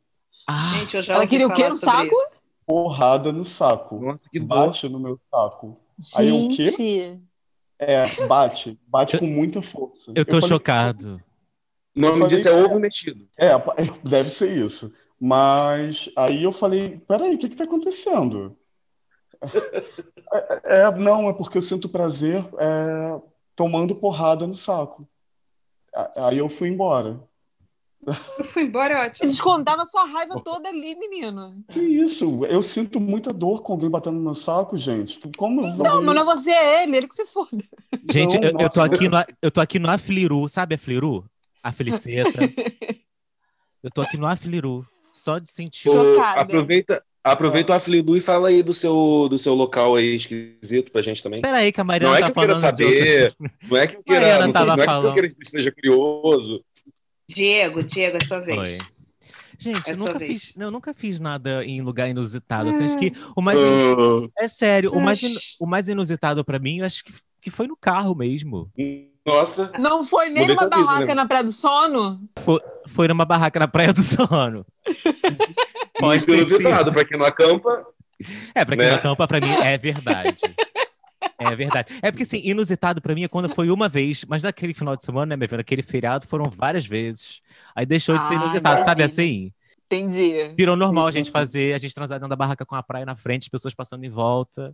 Speaker 1: Ah,
Speaker 4: Gente, eu já
Speaker 2: Ela
Speaker 4: ouvi
Speaker 2: queria o quê?
Speaker 4: falar
Speaker 2: Um
Speaker 4: sobre
Speaker 2: saco?
Speaker 4: isso.
Speaker 5: Porrada no saco.
Speaker 3: Nossa, que dor.
Speaker 5: Bate no meu saco. Aí o quê?
Speaker 2: Gente.
Speaker 5: É, bate. Bate
Speaker 1: Eu-
Speaker 5: com muita força.
Speaker 1: eu tô
Speaker 5: falei,
Speaker 1: chocado.
Speaker 3: O nome
Speaker 5: Falei-
Speaker 3: disso é ovo mexido.
Speaker 5: É, pa- deve ser isso. Mas aí eu falei, peraí, o que que tá acontecendo? É, é, não, é porque eu sinto prazer é, tomando porrada no saco. A- Aí eu fui embora.
Speaker 4: Eu fui embora, é ótimo.
Speaker 2: Descontava sua raiva toda ali, menino.
Speaker 5: Que isso? Eu sinto muita dor com alguém batendo no meu saco, gente. Como eu
Speaker 2: Não, mas não é você, é ele, ele que se foda.
Speaker 1: Gente,
Speaker 3: Então,
Speaker 1: eu, eu tô
Speaker 5: nossa.
Speaker 1: aqui no, eu tô aqui no Afliru, sabe Afliru? A Feliceta. eu tô aqui no Afliru, só de sentir.
Speaker 2: Só-
Speaker 3: Ô,
Speaker 2: Chocada.
Speaker 3: Aproveita, aproveita o Aflidu e fala aí do seu, do seu local aí esquisito pra gente também.
Speaker 1: Pera aí que a Mariana
Speaker 3: Não é
Speaker 1: tá
Speaker 3: que eu queira
Speaker 1: falando de
Speaker 3: saber, não é que eu queira,
Speaker 1: Mariana
Speaker 3: não,
Speaker 1: tava
Speaker 3: não é que
Speaker 1: falando.
Speaker 3: eu queira que esteja curioso.
Speaker 4: Diego, Diego, é sua vez.
Speaker 1: Oi. Gente,
Speaker 4: É
Speaker 1: eu
Speaker 4: sua
Speaker 1: nunca,
Speaker 4: vez.
Speaker 1: fiz, eu nunca fiz nada em lugar inusitado. Eu acho que o mais.
Speaker 3: Ah,
Speaker 1: É sério, o mais, inu-
Speaker 4: Oxi.
Speaker 1: o mais inusitado pra mim, eu acho que, que foi no carro mesmo.
Speaker 3: nossa,
Speaker 2: Não foi nem
Speaker 3: Mudei
Speaker 2: numa
Speaker 3: de aviso,
Speaker 2: barraca
Speaker 3: né?
Speaker 2: na Praia do Sono?
Speaker 1: Foi numa barraca na Praia do Sono. Pode
Speaker 3: muito
Speaker 1: ter sido.
Speaker 3: inusitado pra quem não acampa.
Speaker 1: É, pra quem
Speaker 3: né?
Speaker 1: não acampa, pra mim é verdade. É verdade. É porque, assim, inusitado pra mim é quando foi uma vez, mas naquele final de semana, né, meu filho? Naquele feriado foram várias vezes. Aí deixou de ser
Speaker 2: Ah,
Speaker 1: inusitado, sabe
Speaker 2: maravilha.
Speaker 1: assim?
Speaker 2: Entendi.
Speaker 1: Virou normal a gente fazer, a gente transar dentro da barraca com a praia na frente, as pessoas passando em volta.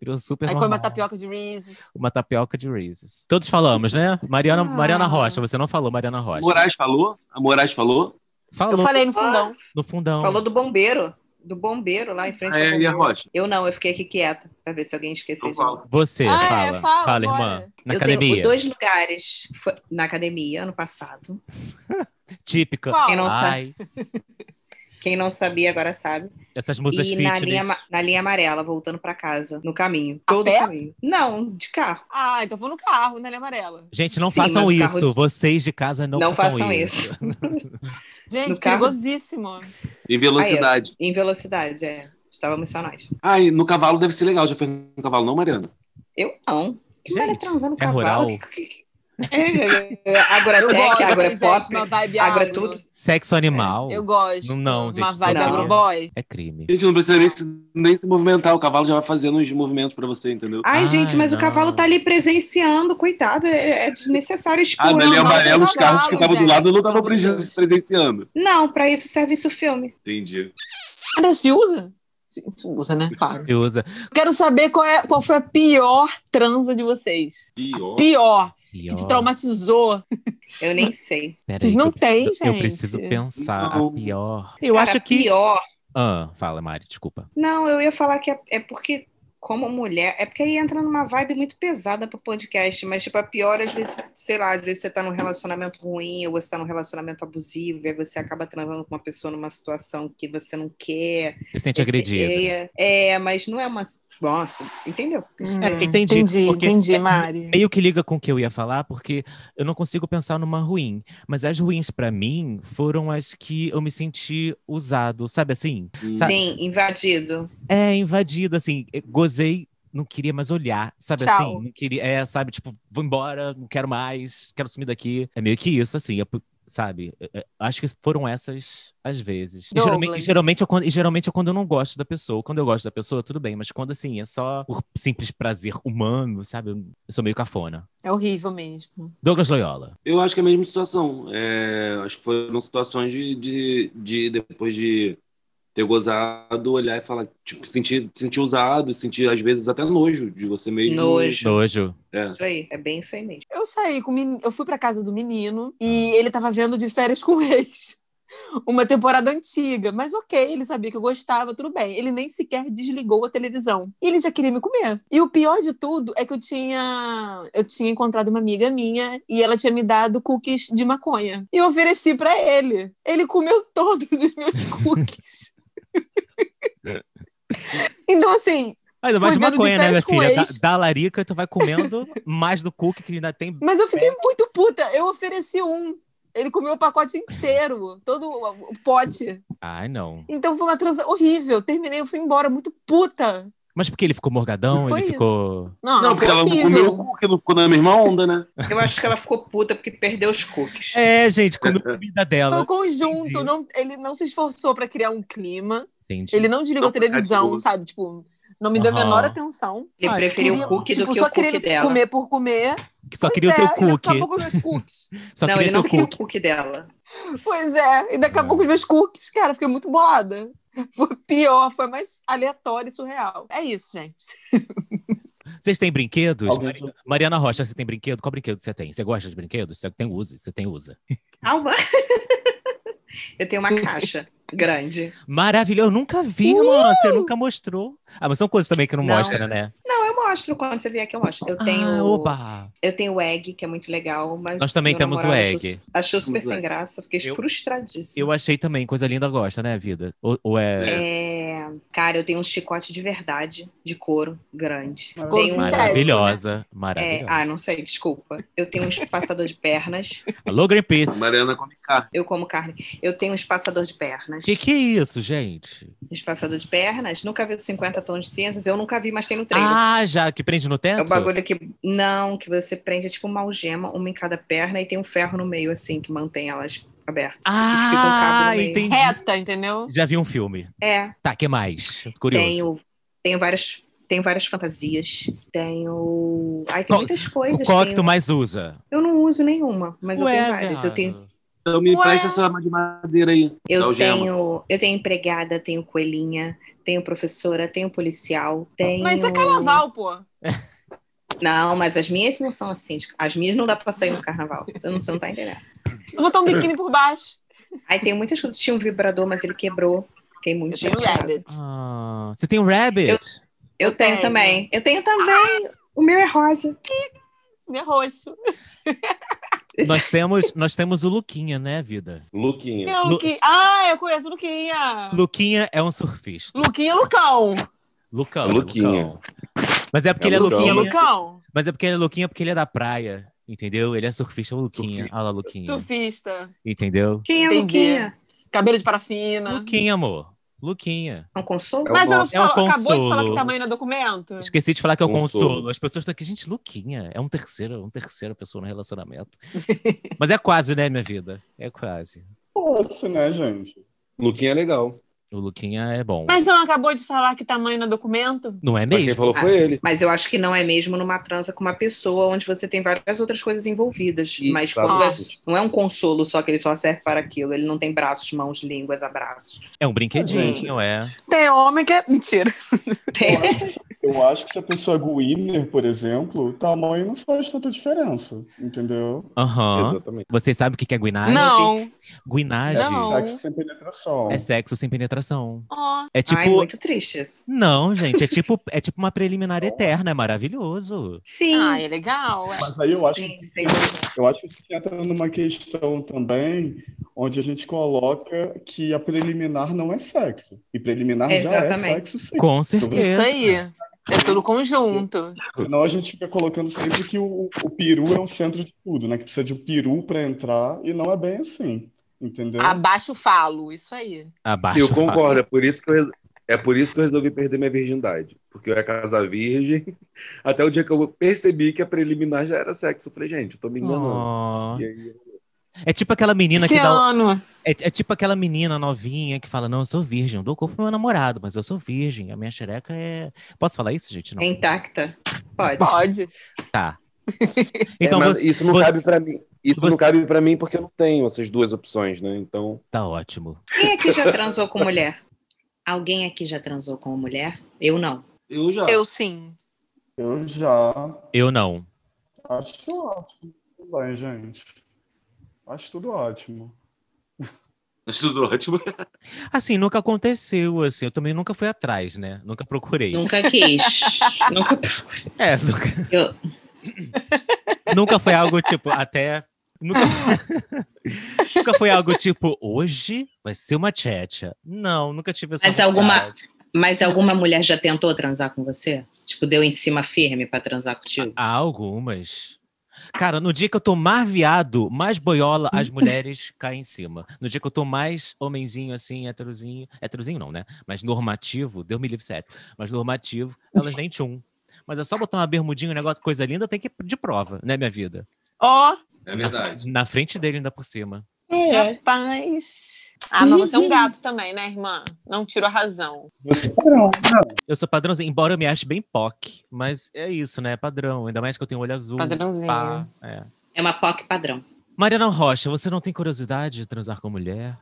Speaker 1: Virou super
Speaker 2: Aí
Speaker 1: normal.
Speaker 2: come uma tapioca de Reese's.
Speaker 1: Uma tapioca de Reese's. Todos falamos, né? Mariana,
Speaker 2: Ah.
Speaker 1: Mariana Rocha, você não falou Mariana Rocha.
Speaker 3: Moraes falou? A Moraes falou?
Speaker 1: Falou
Speaker 2: Eu falei no fundão.
Speaker 1: no fundão.
Speaker 4: Falou do bombeiro, do bombeiro lá em frente
Speaker 3: Ah,
Speaker 4: ao
Speaker 3: é, e a
Speaker 4: bombeiro.
Speaker 3: Rocha?
Speaker 4: Eu não, eu fiquei aqui quieta pra ver se alguém esqueceu
Speaker 3: Não
Speaker 4: de mim.
Speaker 3: fala.
Speaker 1: Você,
Speaker 2: Ah, é,
Speaker 1: fala.
Speaker 2: fala,
Speaker 1: irmã.
Speaker 2: bora.
Speaker 1: Na
Speaker 4: eu
Speaker 1: academia.
Speaker 4: tenho dois lugares foi na academia ano passado.
Speaker 1: Típica.
Speaker 2: Qual?
Speaker 4: Quem não sabe,
Speaker 1: Ai,
Speaker 4: quem não sabia agora sabe.
Speaker 1: essas músicas
Speaker 4: e na
Speaker 1: fitness.
Speaker 4: linha, ama- na linha amarela, voltando pra casa, no caminho.
Speaker 2: A
Speaker 4: Todo
Speaker 2: pé?
Speaker 4: o caminho. Não, de carro.
Speaker 2: Ah, então vou no carro, na linha amarela.
Speaker 1: Gente, não
Speaker 4: Sim,
Speaker 1: façam
Speaker 4: mas o
Speaker 1: isso.
Speaker 4: carro de-
Speaker 1: Vocês de casa não,
Speaker 4: Não, façam isso.
Speaker 2: Gente,
Speaker 4: No carro?
Speaker 2: perigosíssimo.
Speaker 3: Em velocidade.
Speaker 4: em velocidade, é. Estávamos só nós.
Speaker 3: Ah, e no cavalo deve ser legal. Já fez no cavalo, não, Mariana?
Speaker 4: Eu não. Que
Speaker 1: Gente,
Speaker 4: mara transar no
Speaker 1: é
Speaker 4: cavalo?
Speaker 1: rural?
Speaker 4: Que- que- que- É, é, é, Agrotec,
Speaker 2: gente,
Speaker 4: Agropop,
Speaker 2: uma vibe
Speaker 4: Agro é
Speaker 2: agro.
Speaker 4: tudo.
Speaker 1: Sexo animal
Speaker 2: É, Eu gosto.
Speaker 1: Não, não,
Speaker 2: Uma
Speaker 1: gente,
Speaker 2: vibe
Speaker 4: não.
Speaker 2: agroboy.
Speaker 1: é crime.
Speaker 3: A gente não precisa nem se, nem se movimentar. O cavalo já vai fazendo os movimentos pra você, entendeu?
Speaker 4: Ai, gente,
Speaker 1: Ai,
Speaker 4: mas
Speaker 1: não.
Speaker 4: o cavalo tá ali presenciando, coitado, é, é desnecessário expor.
Speaker 3: Ah, na linha
Speaker 2: não,
Speaker 3: amarela,
Speaker 2: não,
Speaker 3: os carros que
Speaker 2: cavalo,
Speaker 3: estavam do
Speaker 2: gente,
Speaker 3: lado não
Speaker 2: pelo
Speaker 3: estavam
Speaker 2: amor de Deus.
Speaker 3: presen- presenciando.
Speaker 4: Não, pra isso serve isso o filme.
Speaker 3: Entendi.
Speaker 2: Ainda se usa? Se, se usa, né? Claro.
Speaker 1: E usa.
Speaker 2: Quero saber qual, é, qual foi a pior transa de vocês.
Speaker 3: Pior.
Speaker 2: Pior, que te
Speaker 1: Pior.
Speaker 2: traumatizou.
Speaker 4: Eu nem sei.
Speaker 1: Peraí
Speaker 2: Vocês
Speaker 1: que
Speaker 2: não
Speaker 1: eu preciso-
Speaker 2: têm,
Speaker 1: Eu
Speaker 2: gente.
Speaker 1: preciso pensar. A
Speaker 3: Não.
Speaker 1: pior. Eu
Speaker 4: Cara,
Speaker 1: acho que.
Speaker 4: pior.
Speaker 1: Ah, fala, Mari, desculpa.
Speaker 4: Não, eu ia falar que é, é porque, como mulher, é porque aí entra numa vibe muito pesada pro podcast, mas, tipo, a pior, às vezes, sei lá, às vezes você tá num relacionamento ruim, ou você tá num relacionamento abusivo, e aí você acaba transando com uma pessoa numa situação que você não quer.
Speaker 1: Você se sente agredido.
Speaker 4: É, é, mas não é uma. Nossa, entendeu?
Speaker 2: Hum.
Speaker 4: É,
Speaker 1: É, entendi,
Speaker 2: entendi,
Speaker 1: porque- é
Speaker 2: entendi, Mari.
Speaker 1: Meio que liga com o que eu ia falar, porque eu não consigo pensar numa ruim. Mas as ruins pra mim foram as que eu me senti usado, sabe assim? Sa-
Speaker 4: Sim, invadido.
Speaker 1: É, invadido, assim, eu gozei, não queria mais olhar, sabe
Speaker 2: Tchau.
Speaker 1: assim? Não queria, é, sabe, tipo, vou embora, não quero mais, quero sumir daqui. É meio que isso, assim, é por- sabe? É, é, Acho que foram essas as vezes. E geralmente,
Speaker 2: Douglas.
Speaker 1: geralmente, eu, quando- e geralmente é quando eu não gosto da pessoa. Quando eu gosto da pessoa, tudo bem, mas quando, assim, é só por simples prazer humano, sabe? Eu eu sou meio cafona.
Speaker 2: É horrível mesmo.
Speaker 1: Douglas Loyola.
Speaker 3: Eu acho que é a mesma situação. É, acho que foram situações de, de, de depois de ter gozado, olhar e falar, tipo, sentir, sentir usado, sentir às vezes até nojo de você mesmo.
Speaker 4: Nojo.
Speaker 1: Nojo.
Speaker 3: É.
Speaker 4: Isso aí, é bem isso aí mesmo.
Speaker 2: Eu saí com o meni- eu fui pra casa do menino e ele tava vendo de férias com o ex. Uma temporada antiga, mas ok, ele sabia que eu gostava, tudo bem. Ele nem sequer desligou a televisão. E ele já queria me comer. E o pior de tudo é que eu tinha eu tinha encontrado uma amiga minha e ela tinha me dado cookies de maconha. E eu ofereci pra ele. Ele comeu todos os meus cookies. então assim,
Speaker 1: Ainda
Speaker 2: Fui
Speaker 1: mais
Speaker 2: vendo de
Speaker 1: maconha, né, minha
Speaker 2: férias com
Speaker 1: filha? Da,
Speaker 2: ex.
Speaker 1: da larica, tu vai comendo mais do cookie que ainda tem
Speaker 2: Mas eu fiquei muito puta. Eu ofereci um. Ele comeu o pacote inteiro, todo o o pote.
Speaker 1: Ai, não.
Speaker 2: Então foi uma transa horrível. Terminei, eu fui embora muito puta.
Speaker 1: Mas porque ele ficou morgadão,
Speaker 2: Foi
Speaker 1: ele
Speaker 2: isso.
Speaker 1: ficou.
Speaker 2: Não,
Speaker 3: Não, porque ela não comeu o cu, que não ficou na mesma onda, né?
Speaker 4: Eu acho que ela ficou puta porque perdeu os cookies.
Speaker 1: É, gente, comeu comida
Speaker 2: Foi
Speaker 1: dela.
Speaker 2: o conjunto,
Speaker 1: Entendi.
Speaker 2: não, ele não se esforçou pra criar um clima.
Speaker 1: Entendi.
Speaker 2: Ele não desligou a
Speaker 3: Não,
Speaker 2: televisão,
Speaker 3: é,
Speaker 2: sabe? Tipo, não me deu a
Speaker 1: Aham.
Speaker 2: menor atenção.
Speaker 4: Ele
Speaker 1: Ah,
Speaker 4: preferiu
Speaker 1: queria-
Speaker 4: o cookie
Speaker 2: tipo,
Speaker 4: do que
Speaker 2: só
Speaker 4: o cookie
Speaker 2: queria
Speaker 4: dela.
Speaker 2: comer por comer.
Speaker 1: Que só
Speaker 2: Pois
Speaker 1: queria o
Speaker 2: é,
Speaker 1: teu
Speaker 2: e Daqui a
Speaker 1: cookie.
Speaker 2: pouco os meus cookies.
Speaker 1: Só
Speaker 4: não, ele
Speaker 1: queria
Speaker 4: não
Speaker 1: o teu
Speaker 4: queria o
Speaker 1: cookie.
Speaker 4: cookie dela.
Speaker 2: pois é, e daqui a
Speaker 1: É.
Speaker 2: pouco os meus cookies. Cara, fiquei muito bolada. Foi pior, foi mais aleatório e surreal. É isso, gente.
Speaker 1: Vocês têm brinquedos?
Speaker 5: Alguém-
Speaker 1: Mari- Mariana Rocha, você tem brinquedo? Qual brinquedo que você tem? Você gosta de brinquedos? Você tem usa? Você tem usa?
Speaker 4: Alba. Eu tenho uma caixa grande.
Speaker 1: Maravilhoso. Eu nunca vi, mano. Você nunca mostrou. Ah, mas são coisas também que não,
Speaker 4: Não.
Speaker 1: mostra, né?
Speaker 4: Não, eu mostro quando você vier que eu mostro. Eu tenho,
Speaker 1: Ah, opa!
Speaker 4: eu tenho o egg, que é muito legal, mas.
Speaker 1: Nós também
Speaker 4: meu
Speaker 1: temos o
Speaker 4: namorado
Speaker 1: egg.
Speaker 4: Achou, achou super
Speaker 3: Temos o
Speaker 4: sem
Speaker 3: egg.
Speaker 4: graça, fiquei
Speaker 1: Eu-
Speaker 4: frustradíssima.
Speaker 1: Eu achei também, coisa linda gosta, né, vida? Ou, ou é.
Speaker 4: É, cara, eu tenho um chicote de verdade, de couro, grande.
Speaker 5: Couro
Speaker 4: Tenho um-
Speaker 1: Maravilhosa.
Speaker 4: É,
Speaker 1: Maravilhosa.
Speaker 4: ah, não sei, desculpa. Eu tenho um espaçador de pernas.
Speaker 1: Alô,
Speaker 3: A
Speaker 1: Greenpeace.
Speaker 3: Mariana come carne.
Speaker 4: Eu como carne. Eu tenho um espaçador de pernas.
Speaker 1: Que que é isso, gente?
Speaker 4: Espaçador de pernas. Nunca vi os 50 tons de cinzas. Eu nunca vi, mas tem no trailer.
Speaker 1: Ah, já, que prende no teto?
Speaker 4: É o bagulho que. Não, que você prende é tipo uma algema, uma em cada perna, e tem um ferro no meio, assim, que mantém elas abertas. que fica um cabo
Speaker 1: Ah,
Speaker 4: no meio.
Speaker 1: entendi.
Speaker 2: Reta, entendeu?
Speaker 1: Já vi um filme.
Speaker 4: É,
Speaker 1: Tá, que mais? Curioso.
Speaker 4: tenho, tenho várias. Tenho várias fantasias. Tenho. Ai, tem
Speaker 1: Qual-
Speaker 4: muitas
Speaker 1: O
Speaker 4: coisas.
Speaker 1: qual que
Speaker 4: tenho-
Speaker 1: tu mais usa?
Speaker 4: Eu não uso nenhuma, mas
Speaker 1: Ué,
Speaker 4: eu tenho várias. Eu
Speaker 1: viado.
Speaker 4: tenho,
Speaker 3: Então me
Speaker 2: Ué.
Speaker 3: presta essa de madeira aí. da
Speaker 4: eu,
Speaker 3: algema.
Speaker 4: tenho, eu tenho empregada, tenho coelhinha, tenho professora, tenho policial, tenho.
Speaker 2: Mas isso é carnaval, pô.
Speaker 4: Não, mas as minhas não são assim. tipo, As minhas não dá pra sair no carnaval. Você não, você não tá entendendo.
Speaker 2: Vou botar um biquíni por baixo.
Speaker 4: Aí tem muitas coisas. Tinha um vibrador, mas ele quebrou. Fiquei muito
Speaker 2: Eu tenho
Speaker 4: chateada.
Speaker 2: rabbit.
Speaker 1: Ah, você tem um rabbit?
Speaker 4: Eu tenho
Speaker 2: Tenho.
Speaker 4: também. Eu tenho também. O meu é rosa.
Speaker 2: Meu rosto.
Speaker 1: Nós temos, nós temos o Luquinha, né, vida?
Speaker 3: Luquinha.
Speaker 2: Meu
Speaker 1: Lu-
Speaker 2: Luquinha. Ah, eu conheço o Luquinha.
Speaker 4: Ah.
Speaker 1: Luquinha é um surfista.
Speaker 2: Luquinha é Lucão.
Speaker 1: Lucão.
Speaker 3: É Luquinha.
Speaker 1: Lucão. Mas é porque
Speaker 3: É
Speaker 1: ele é
Speaker 3: Lucão.
Speaker 1: Luquinha.
Speaker 2: Luquinha
Speaker 3: Calma.
Speaker 2: Lucão.
Speaker 1: Mas é porque ele é Luquinha porque ele é da praia. Entendeu? Ele é surfista Luquinha.
Speaker 3: Surfista.
Speaker 1: Olha lá, Luquinha.
Speaker 2: Surfista.
Speaker 1: Entendeu?
Speaker 4: Quem é a
Speaker 2: Entendi.
Speaker 4: Luquinha?
Speaker 2: Cabelo de
Speaker 4: Ah.
Speaker 2: parafina.
Speaker 1: Luquinha, amor. Luquinha.
Speaker 4: Não consolo?
Speaker 3: É o
Speaker 2: Mas eu não
Speaker 1: É um
Speaker 2: falo, acabou de falar
Speaker 1: consolo.
Speaker 2: que tamanho não é documento?
Speaker 1: Esqueci de falar que é o consolo.
Speaker 3: Consolo.
Speaker 1: As pessoas estão aqui, gente, Luquinha. É um terceiro, um terceiro pessoa no relacionamento. Mas é quase, né, minha vida? É quase.
Speaker 5: Poxa, né, gente?
Speaker 3: Luquinha é legal.
Speaker 1: O Luquinha é bom.
Speaker 2: Mas eu não acabou de falar que tamanho não é documento?
Speaker 1: Não é
Speaker 3: Mas quem
Speaker 1: mesmo?
Speaker 3: falou foi ele.
Speaker 4: Mas eu acho que não é mesmo numa transa com uma pessoa onde você tem várias outras coisas envolvidas.
Speaker 3: Ih,
Speaker 4: Mas
Speaker 3: tá
Speaker 4: quando é-
Speaker 3: bom.
Speaker 4: não é um consolo só que ele só serve para aquilo. Ele não tem braços, mãos, línguas, abraços.
Speaker 1: É um brinquedinho, é.
Speaker 2: Tem homem que é. Mentira.
Speaker 4: Tem-
Speaker 5: Eu acho que se a pessoa é winner, por exemplo, o tamanho não faz tanta diferença, entendeu?
Speaker 2: Ah.
Speaker 1: Aham.
Speaker 3: Exatamente.
Speaker 1: Você sabe o que que é guinagem?
Speaker 2: não.
Speaker 5: É
Speaker 1: Guinagem
Speaker 2: Não.
Speaker 5: sexo sem penetração.
Speaker 1: é sexo sem penetração.
Speaker 2: Ó,
Speaker 1: É tipo.
Speaker 4: Ai, muito triste isso.
Speaker 1: Não, gente, é tipo, é tipo uma preliminar eterna, é maravilhoso.
Speaker 4: Sim.
Speaker 2: Ah, é legal. ué.
Speaker 5: Mas aí eu acho
Speaker 4: Sim, sem dúvida.
Speaker 5: Eu acho que isso entra numa questão também onde a gente coloca que a preliminar não é sexo. E preliminar já é
Speaker 4: Exatamente.
Speaker 5: sexo sim.
Speaker 1: Com
Speaker 2: Isso
Speaker 1: certeza.
Speaker 2: aí. É tudo conjunto.
Speaker 5: Senão a gente fica colocando sempre que o, o peru é o centro de tudo, né? Que precisa de um peru para entrar e não é bem assim. Entendeu?
Speaker 2: Abaixo o falo, isso aí.
Speaker 1: Abaixo.
Speaker 3: Eu
Speaker 1: o
Speaker 3: concordo, é por, isso que eu, res- é por isso que eu resolvi perder minha virgindade. Porque eu ia casar virgem. Até o dia que eu percebi que a preliminar já era sexo. Eu falei, gente, eu tô me enganando.
Speaker 1: falo.
Speaker 3: E aí,
Speaker 1: Oh. É tipo aquela menina que
Speaker 2: Esse
Speaker 1: dá.
Speaker 2: ano.
Speaker 1: É, é tipo aquela menina novinha que fala: Não, eu sou virgem, eu dou o corpo pro meu namorado, mas eu sou virgem, a minha xereca é. Posso falar isso, gente? Não.
Speaker 4: É intacta. Pode.
Speaker 2: Pode.
Speaker 1: Tá. Então
Speaker 3: É, mas
Speaker 1: você-
Speaker 3: isso não
Speaker 1: você-
Speaker 3: cabe pra mim. Isso
Speaker 1: você-
Speaker 3: não cabe pra mim porque eu não tenho essas duas opções, né? Então,
Speaker 1: Tá ótimo.
Speaker 4: Quem aqui já transou com mulher? Alguém aqui já transou com mulher? Eu não.
Speaker 3: eu já.
Speaker 2: Eu sim.
Speaker 5: Eu já
Speaker 1: Eu não.
Speaker 5: acho ótimo. Tudo bem, gente. Acho tudo ótimo.
Speaker 3: Acho tudo ótimo.
Speaker 1: Assim, nunca aconteceu, assim. Eu também nunca fui atrás, né? Nunca procurei.
Speaker 4: Nunca quis. Nunca.
Speaker 1: É, nunca,
Speaker 4: Eu...
Speaker 1: nunca foi algo tipo, até. Nunca, nunca foi algo tipo, hoje vai ser uma tchetcha. Não, nunca tive essa.
Speaker 4: Mas alguma-
Speaker 1: vontade.
Speaker 4: Mas alguma mulher já tentou transar com você? Tipo, deu em cima firme pra transar contigo?
Speaker 1: Há algumas. Cara, no dia que eu tô mais viado, mais boiola, as mulheres caem em cima. No dia que eu tô mais homenzinho, assim, heterozinho. Heterozinho não, né? Mas normativo, Deus me livre, sério. Mas normativo, elas nem tchum. Mas é só botar uma bermudinha, um negócio, coisa linda, tem que ir de prova, né, minha vida?
Speaker 6: Ó,
Speaker 3: É verdade.
Speaker 1: Na, na frente dele, ainda por cima.
Speaker 2: Rapaz. É. Ah, mas você é um gato também, né, irmã? Não tiro a razão.
Speaker 5: Você não, não.
Speaker 1: Eu sou padrãozinho, embora eu me ache bem POC. Mas é isso, né? É padrão. Ainda mais que eu tenho olho azul.
Speaker 2: Padrãozinho.
Speaker 1: Hum, pá, é.
Speaker 4: É uma POC padrão.
Speaker 1: Mariana Rocha, você não tem curiosidade de transar com mulher?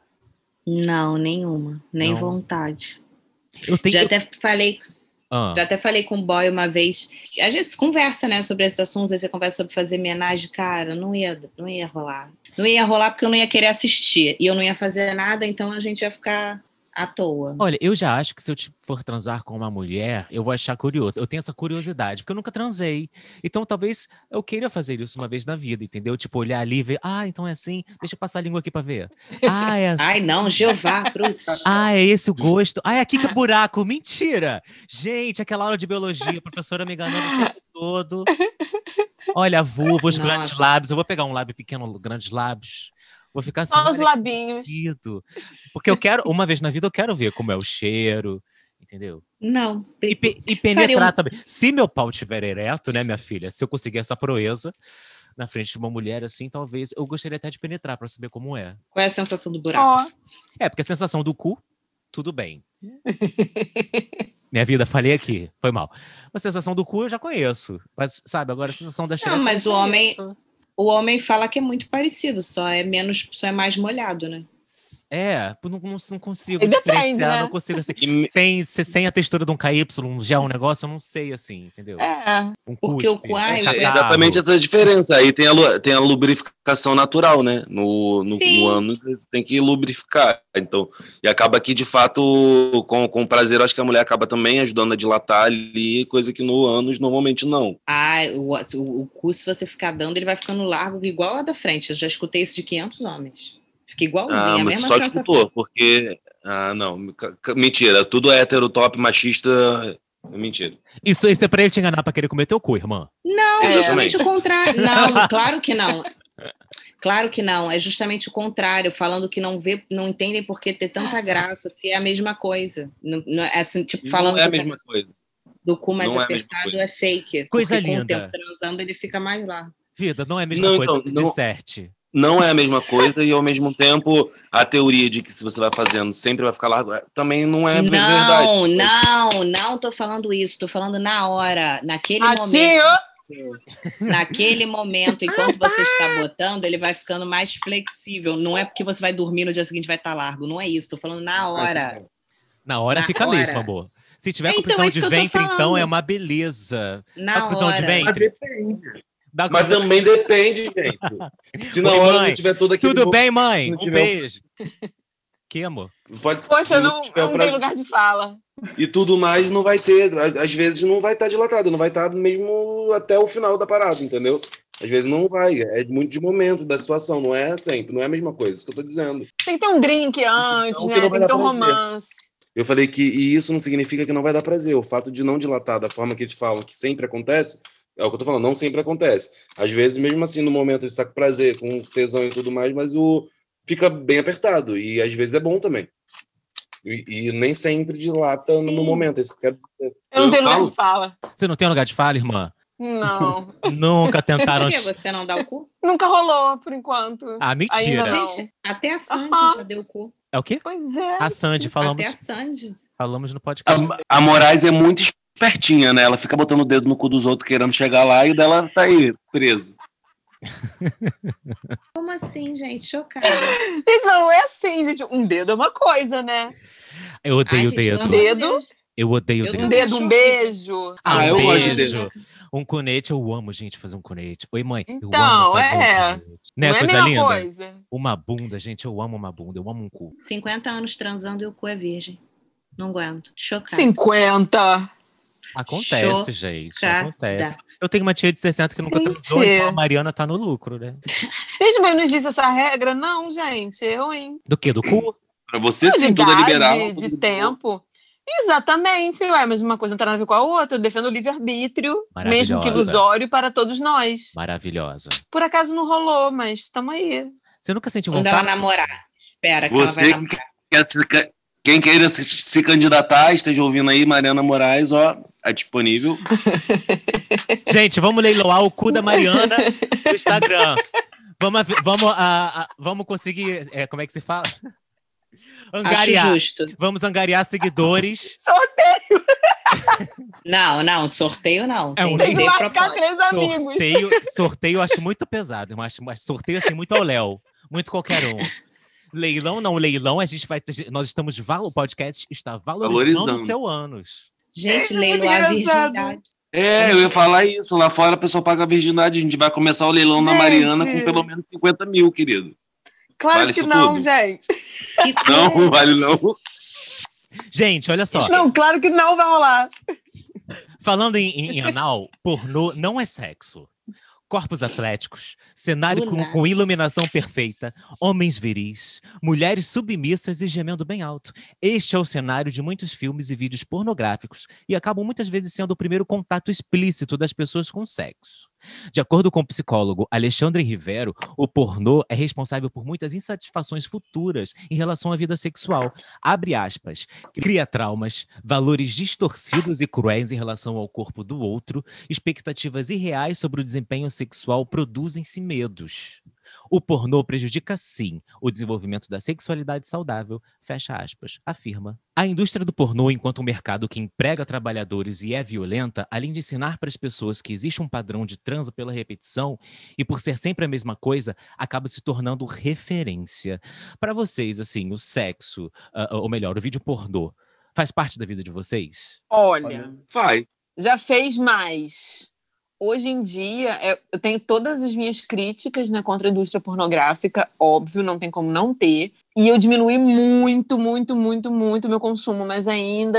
Speaker 4: Não, nenhuma. Nem
Speaker 1: Não.
Speaker 4: vontade.
Speaker 1: Eu tenho.
Speaker 4: Já até falei
Speaker 1: Ah,
Speaker 4: Já até falei com o boy uma vez. A gente se conversa, né, sobre esses assuntos, aí você conversa sobre fazer homenagem, cara, não ia, não ia rolar. Não ia rolar porque eu não ia querer assistir. E eu não ia fazer nada, então a gente ia ficar à toa.
Speaker 1: Olha, eu já acho que se eu te- for transar com uma mulher, eu vou achar curioso. Eu tenho essa curiosidade, porque eu nunca transei. Então talvez eu queira fazer isso uma vez na vida, entendeu? Tipo, olhar ali e ver. Ah, então é assim. Deixa eu passar a língua aqui pra ver. Ah, é assim.
Speaker 4: Ai, não, Jeová, cruz.
Speaker 1: Ah, é esse o gosto. Ah, é aqui que é buraco. Mentira! Gente, aquela aula de biologia, a professora me enganando o tempo todo. Olha, a vulva, os
Speaker 4: Nossa.
Speaker 1: grandes lábios. Eu vou pegar um lábio pequeno, grandes lábios. Vou ficar assim.
Speaker 2: Só os
Speaker 1: olha,
Speaker 2: labinhos.
Speaker 1: sentido. Porque eu quero, uma vez na vida, eu quero ver como é o cheiro, entendeu?
Speaker 4: Não.
Speaker 1: E, pe- e
Speaker 4: Faria
Speaker 1: penetrar
Speaker 4: um-
Speaker 1: também. Se meu pau tiver ereto, né, minha filha? Se eu conseguir essa proeza na frente de uma mulher assim, talvez eu gostaria até de penetrar pra saber como é.
Speaker 4: Qual é a sensação do buraco?
Speaker 2: Ó,
Speaker 1: É, porque a sensação do cu, tudo bem. Minha vida, falei aqui, foi mal. A sensação do cu eu já conheço. Mas, sabe, agora a sensação da
Speaker 4: Não,
Speaker 1: xereca.
Speaker 4: mas o homem,
Speaker 2: isso.
Speaker 4: o homem fala que é muito parecido, só é menos, só é mais molhado, né?
Speaker 1: É, não, não, não consigo
Speaker 2: Depende,
Speaker 4: tá
Speaker 1: diferenciar,
Speaker 2: né?
Speaker 1: não consigo assim.
Speaker 3: E me-
Speaker 1: Sem, se- sem a textura de um KY, um gel, um negócio, eu não sei assim, entendeu?
Speaker 2: É.
Speaker 1: Um
Speaker 4: Porque o
Speaker 1: cuspe,
Speaker 4: quai-
Speaker 1: um
Speaker 3: É
Speaker 1: catarro.
Speaker 3: exatamente essa diferença. Aí tem a, lu- tem a lubrificação natural, né? No, no,
Speaker 4: Sim.
Speaker 3: no ano você tem que lubrificar. Então, e acaba que, de fato, com, com prazer, acho que a mulher acaba também ajudando a dilatar ali, coisa que no ânus normalmente não.
Speaker 4: Ah, o, o, o cu, se você ficar dando, ele vai ficando largo igual a da frente. Eu já escutei isso de 500 homens. Fica igualzinho,
Speaker 3: Ah,
Speaker 4: a
Speaker 3: mas
Speaker 4: mesma
Speaker 3: só
Speaker 4: sensação.
Speaker 3: escutou, porque. Ah, não. ca- ca- Mentira. Tudo é hétero, top, machista. é Mentira.
Speaker 4: assim.
Speaker 1: Isso, isso é pra ele te enganar pra querer comer teu cu, irmã.
Speaker 4: Não,
Speaker 2: É.
Speaker 4: justamente o contrário. Não, claro que não. Claro que não, é justamente o contrário, falando que não vê, não entendem por que ter tanta graça, se é a mesma coisa. Não, não é assim, tipo, falando
Speaker 3: não é a
Speaker 4: que essa-
Speaker 3: mesma coisa.
Speaker 4: do cu mais
Speaker 3: não é a mesma
Speaker 4: apertado
Speaker 3: coisa.
Speaker 4: é, fake.
Speaker 1: Coisa
Speaker 4: porque
Speaker 1: linda.
Speaker 4: Com o tempo transando, ele fica mais lá.
Speaker 1: Vida, não é a mesma
Speaker 3: Não,
Speaker 1: coisa.
Speaker 3: então, não-
Speaker 1: Disserte.
Speaker 3: Não é a mesma coisa, e ao mesmo tempo, a teoria de que se você vai fazendo sempre vai ficar largo é, também não é verdade.
Speaker 4: não, não, não tô falando isso, tô falando na hora, naquele momento.
Speaker 2: Ratinho!
Speaker 4: Naquele momento, enquanto você está botando, ele vai ficando mais flexível. Não é porque você vai dormir no dia seguinte vai estar largo, não é isso, tô falando na
Speaker 3: é,
Speaker 4: hora.
Speaker 1: Na hora
Speaker 4: Na
Speaker 1: fica
Speaker 4: hora.
Speaker 1: mesmo, amor. Se tiver
Speaker 4: É,
Speaker 1: com
Speaker 4: então,
Speaker 1: prisão
Speaker 4: é isso
Speaker 1: de
Speaker 4: que eu tô
Speaker 1: ventre, então
Speaker 4: falando.
Speaker 1: é uma beleza. Tá
Speaker 4: Na
Speaker 1: com prisão de
Speaker 4: hora.
Speaker 1: ventre? Dá
Speaker 3: Mas
Speaker 1: com-
Speaker 3: também depende, gente. Se na
Speaker 1: Oi,
Speaker 3: hora
Speaker 1: mãe.
Speaker 3: não tiver todo aquele.
Speaker 1: Tudo bem, mãe?
Speaker 3: não
Speaker 1: Um
Speaker 3: tiver-
Speaker 1: beijo. Que, amor?
Speaker 3: Pode,
Speaker 2: Poxa,
Speaker 3: se
Speaker 2: não,
Speaker 3: tiver
Speaker 2: não
Speaker 3: pra-
Speaker 2: tem lugar de fala.
Speaker 3: E tudo mais não vai ter. Á- Às vezes não vai estar dilatado, não vai estar mesmo até o final da parada, entendeu? Às vezes não vai. É muito de momento da situação, não é sempre, não é a mesma coisa, isso que eu tô dizendo.
Speaker 2: Tem que ter um drink antes,
Speaker 3: Então,
Speaker 2: né?
Speaker 3: que
Speaker 2: Tem
Speaker 3: não vai
Speaker 2: que
Speaker 3: dar
Speaker 2: ter um
Speaker 3: pra ver.
Speaker 2: romance.
Speaker 3: Eu falei que e isso não significa que não vai dar prazer. O fato de não dilatar da forma que eles falam, que sempre acontece, é o que eu tô falando, não sempre acontece. Às vezes, mesmo assim, no momento eles tá com prazer, com tesão e tudo mais, mas o fica bem apertado. E às vezes é bom também. E, e nem sempre dilata no- no
Speaker 2: Sim.
Speaker 3: momento. Isso que é eu quero-
Speaker 2: Eu não
Speaker 3: Eu
Speaker 2: tenho lugar
Speaker 3: falo.
Speaker 2: de fala.
Speaker 1: Você não tem lugar de fala, irmã?
Speaker 2: Não.
Speaker 1: Nunca tentaram.
Speaker 4: Por que você não dá o cu?
Speaker 2: Nunca rolou, por enquanto.
Speaker 1: ah, mentira.
Speaker 2: Ainda não.
Speaker 4: Gente, até a Sandy
Speaker 2: Aham.
Speaker 4: já deu o cu.
Speaker 1: É o quê?
Speaker 2: Pois é.
Speaker 1: A Sandy, falamos,
Speaker 4: Até a Sandy.
Speaker 1: falamos no podcast.
Speaker 3: A, a Moraes é muito espertinha, né? Ela fica botando o dedo no cu dos outros, querendo chegar lá, e o dela tá aí, preso.
Speaker 4: Como assim, gente? Chocada.
Speaker 2: Gente, mas não é assim, gente. Um dedo é uma coisa, né?
Speaker 1: Eu
Speaker 4: Ai,
Speaker 1: odeio o
Speaker 4: gente, pelo
Speaker 1: dedo.
Speaker 4: amor de
Speaker 2: Dedo?
Speaker 4: Deus.
Speaker 1: Eu odeio o
Speaker 4: Eu
Speaker 1: dedo.
Speaker 2: Um
Speaker 4: não
Speaker 2: dedo,
Speaker 4: acho
Speaker 2: um beijo.
Speaker 3: Ah,
Speaker 1: um
Speaker 3: eu gosto de
Speaker 1: beijo. Um conete, eu amo, gente, fazer um conete. Oi, mãe. eu
Speaker 2: Então,
Speaker 1: amo fazer
Speaker 2: é.
Speaker 1: Um conete. Né,
Speaker 2: não é a
Speaker 1: coisa
Speaker 2: mesma
Speaker 1: linda?
Speaker 2: coisa.
Speaker 1: Uma bunda, gente, eu amo uma bunda, eu amo um cu.
Speaker 4: 50 anos transando e o cu é virgem. Não aguento. Chocada.
Speaker 2: 50.
Speaker 1: Acontece,
Speaker 4: Chocada.
Speaker 1: gente, acontece.
Speaker 4: Chocada.
Speaker 1: Eu tenho uma tia de 60 que nunca
Speaker 2: Gente.
Speaker 1: transou, então a Mariana tá no lucro, né?
Speaker 2: Gente, mas não existe essa regra, não, gente. É Eu, hein?
Speaker 1: Do quê? Do cu?
Speaker 3: Pra você,
Speaker 2: de
Speaker 3: sim, tudo é liberal.
Speaker 2: idade, de
Speaker 3: tudo-
Speaker 2: tempo. Exatamente, ué, mas uma coisa não tem nada a ver com a outra. Eu defendo o livre-arbítrio, mesmo que
Speaker 1: Maravilhosa.
Speaker 2: ilusório, para todos nós.
Speaker 1: Maravilhosa.
Speaker 2: Por acaso não rolou, mas estamos aí.
Speaker 1: Você nunca sentiu
Speaker 4: Quando ela
Speaker 1: vontade?
Speaker 4: namorar. Espera, que
Speaker 3: Você
Speaker 4: ela vai namorar.
Speaker 3: Quer se ca- Quem queira se, se candidatar, esteja ouvindo aí, Mariana Moraes, ó, é disponível.
Speaker 1: Gente, vamos leiloar o cu da Mariana no Instagram. Vamos, avi- vamos, ah, ah, vamos conseguir. é, como é que se fala?
Speaker 4: Acho
Speaker 1: Angariar.
Speaker 4: justo.
Speaker 1: Vamos angariar seguidores.
Speaker 4: Não, não, sorteio não.
Speaker 1: É um
Speaker 4: Tem que
Speaker 2: Tem que
Speaker 4: ser
Speaker 2: marcar
Speaker 4: proposta.
Speaker 2: três amigos.
Speaker 1: Sorteio, sorteio eu acho muito pesado. Eu acho, mas sorteio assim, muito ao Léo. Muito qualquer um. Leilão não, leilão, a gente vai. Nós estamos. val- O podcast está valorizando,
Speaker 3: Valorizando.
Speaker 1: o seu ânus.
Speaker 4: Gente,
Speaker 2: É muito
Speaker 4: leiloar a
Speaker 2: engraçado.
Speaker 4: virgindade.
Speaker 3: É, eu ia falar isso. Lá fora a pessoa paga a virgindade. A gente vai começar o leilão na
Speaker 2: Gente.
Speaker 3: Mariana com pelo menos 50 mil, querido.
Speaker 2: Claro
Speaker 3: Vale
Speaker 2: que
Speaker 3: isso
Speaker 2: não,
Speaker 3: tudo?
Speaker 2: gente.
Speaker 4: Que coisa.
Speaker 3: Não, vale não.
Speaker 1: Gente, olha só.
Speaker 2: Não, claro que não vai rolar.
Speaker 1: Falando em, em- em anal, pornô não é sexo. Corpos atléticos, cenário
Speaker 4: Do
Speaker 1: com,
Speaker 4: nada.
Speaker 1: com iluminação perfeita, homens viris, mulheres submissas e gemendo bem alto. Este é o cenário de muitos filmes e vídeos pornográficos e acabam muitas vezes sendo o primeiro contato explícito das pessoas com sexo. De acordo com o psicólogo Alexandre Rivero, o pornô é responsável por muitas insatisfações futuras em relação à vida sexual. Abre aspas cria traumas, valores distorcidos e cruéis em relação ao corpo do outro, expectativas irreais sobre o desempenho sexual produzem-se medos. O pornô prejudica, sim, o desenvolvimento da sexualidade saudável, fecha aspas, afirma. A indústria do pornô, enquanto um mercado que emprega trabalhadores e é violenta, além de ensinar para as pessoas que existe um padrão de transa pela repetição e por ser sempre a mesma coisa, acaba se tornando referência. Para vocês, assim, o sexo, ah, ah, ou melhor, o vídeo pornô faz parte da vida de vocês?
Speaker 2: Olha.
Speaker 3: Vai.
Speaker 2: já fez mais. Hoje em dia, é- eu tenho todas as minhas críticas né, contra a indústria pornográfica, óbvio, não tem como não ter. E eu diminui muito, muito, muito, muito meu consumo, mas ainda,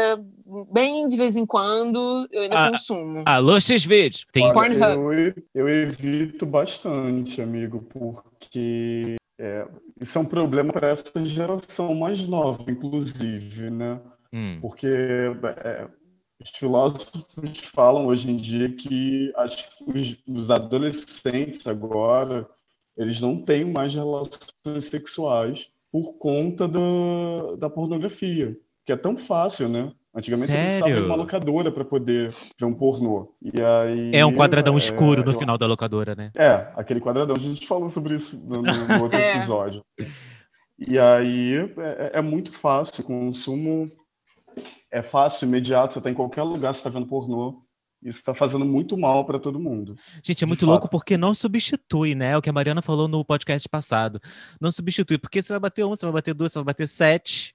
Speaker 2: bem de vez em quando, eu ainda
Speaker 1: Ah,
Speaker 2: consumo.
Speaker 1: Alô, X-Vídeos! Tem...
Speaker 5: Olha,
Speaker 2: Pornhub.
Speaker 5: eu e- Eu, evito bastante, amigo, porque é, isso é um problema para essa geração mais nova, inclusive, né?
Speaker 1: Hum,
Speaker 5: Porque é, os filósofos falam hoje em dia que as- os, os adolescentes agora eles não têm mais relações sexuais por conta do- da pornografia, que é tão fácil, né? Antigamente eles precisavam de
Speaker 1: Sério?
Speaker 5: uma locadora para poder ver um pornô. E aí,
Speaker 1: é um quadradão
Speaker 5: é,
Speaker 1: escuro no
Speaker 5: eu-
Speaker 1: final da locadora, né?
Speaker 5: é, aquele quadradão. A gente falou sobre isso no, no- no outro
Speaker 2: É.
Speaker 5: episódio. E aí é, é- é muito fácil, o consumo é fácil, imediato, você tá em qualquer lugar, você tá vendo pornô. Isso tá fazendo muito mal para todo mundo.
Speaker 1: Gente, é
Speaker 5: De
Speaker 1: muito
Speaker 5: fato.
Speaker 1: louco porque não substitui, né? O que a Mariana falou no podcast passado. Não substitui, porque você vai bater uma, você vai bater duas, você vai bater sete.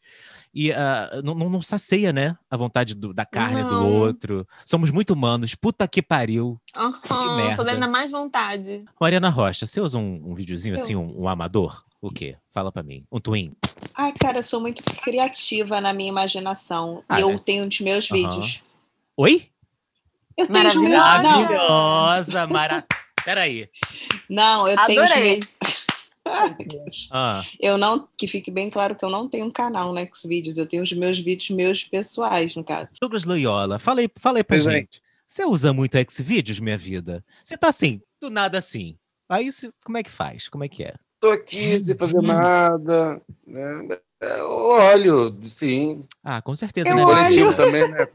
Speaker 1: E ah, não, não, não sacia, né? A vontade do- da carne do
Speaker 2: Não.
Speaker 1: outro. Somos muito humanos. Puta que pariu.
Speaker 2: Aham,
Speaker 1: merda.
Speaker 2: só dá ainda mais vontade.
Speaker 1: Mariana Rocha, você usa um, um videozinho
Speaker 4: Eu.
Speaker 1: assim, um, um amador? O quê? Fala pra mim. Um twin?
Speaker 4: Ai, cara, eu sou muito criativa na minha imaginação.
Speaker 1: Ah,
Speaker 4: e eu
Speaker 1: é?
Speaker 4: tenho os meus
Speaker 1: Aham.
Speaker 4: vídeos.
Speaker 1: Oi?
Speaker 4: Eu tenho os meus
Speaker 2: Maravilhosa.
Speaker 4: Não,
Speaker 1: Ah, Maravilhosa, mara... Peraí.
Speaker 4: não, eu tenho os
Speaker 2: Adorei.
Speaker 4: meus.
Speaker 1: Ah,
Speaker 4: Eu não, que fique bem claro que eu não tenho um canal no Xvideos, eu tenho os meus vídeos meus pessoais, no caso.
Speaker 1: Douglas Loyola, fala aí, fala aí pra
Speaker 3: é.
Speaker 1: gente. Você usa muito Xvideos, minha vida? Você tá assim, do nada assim. Aí você- como é que faz? Como é que é?
Speaker 3: Tô aqui sem fazer nada. Né? Eu olho, sim.
Speaker 1: Ah, com certeza,
Speaker 4: Eu
Speaker 1: né?
Speaker 4: olho.
Speaker 1: Coletivo
Speaker 3: Coletivo também, né?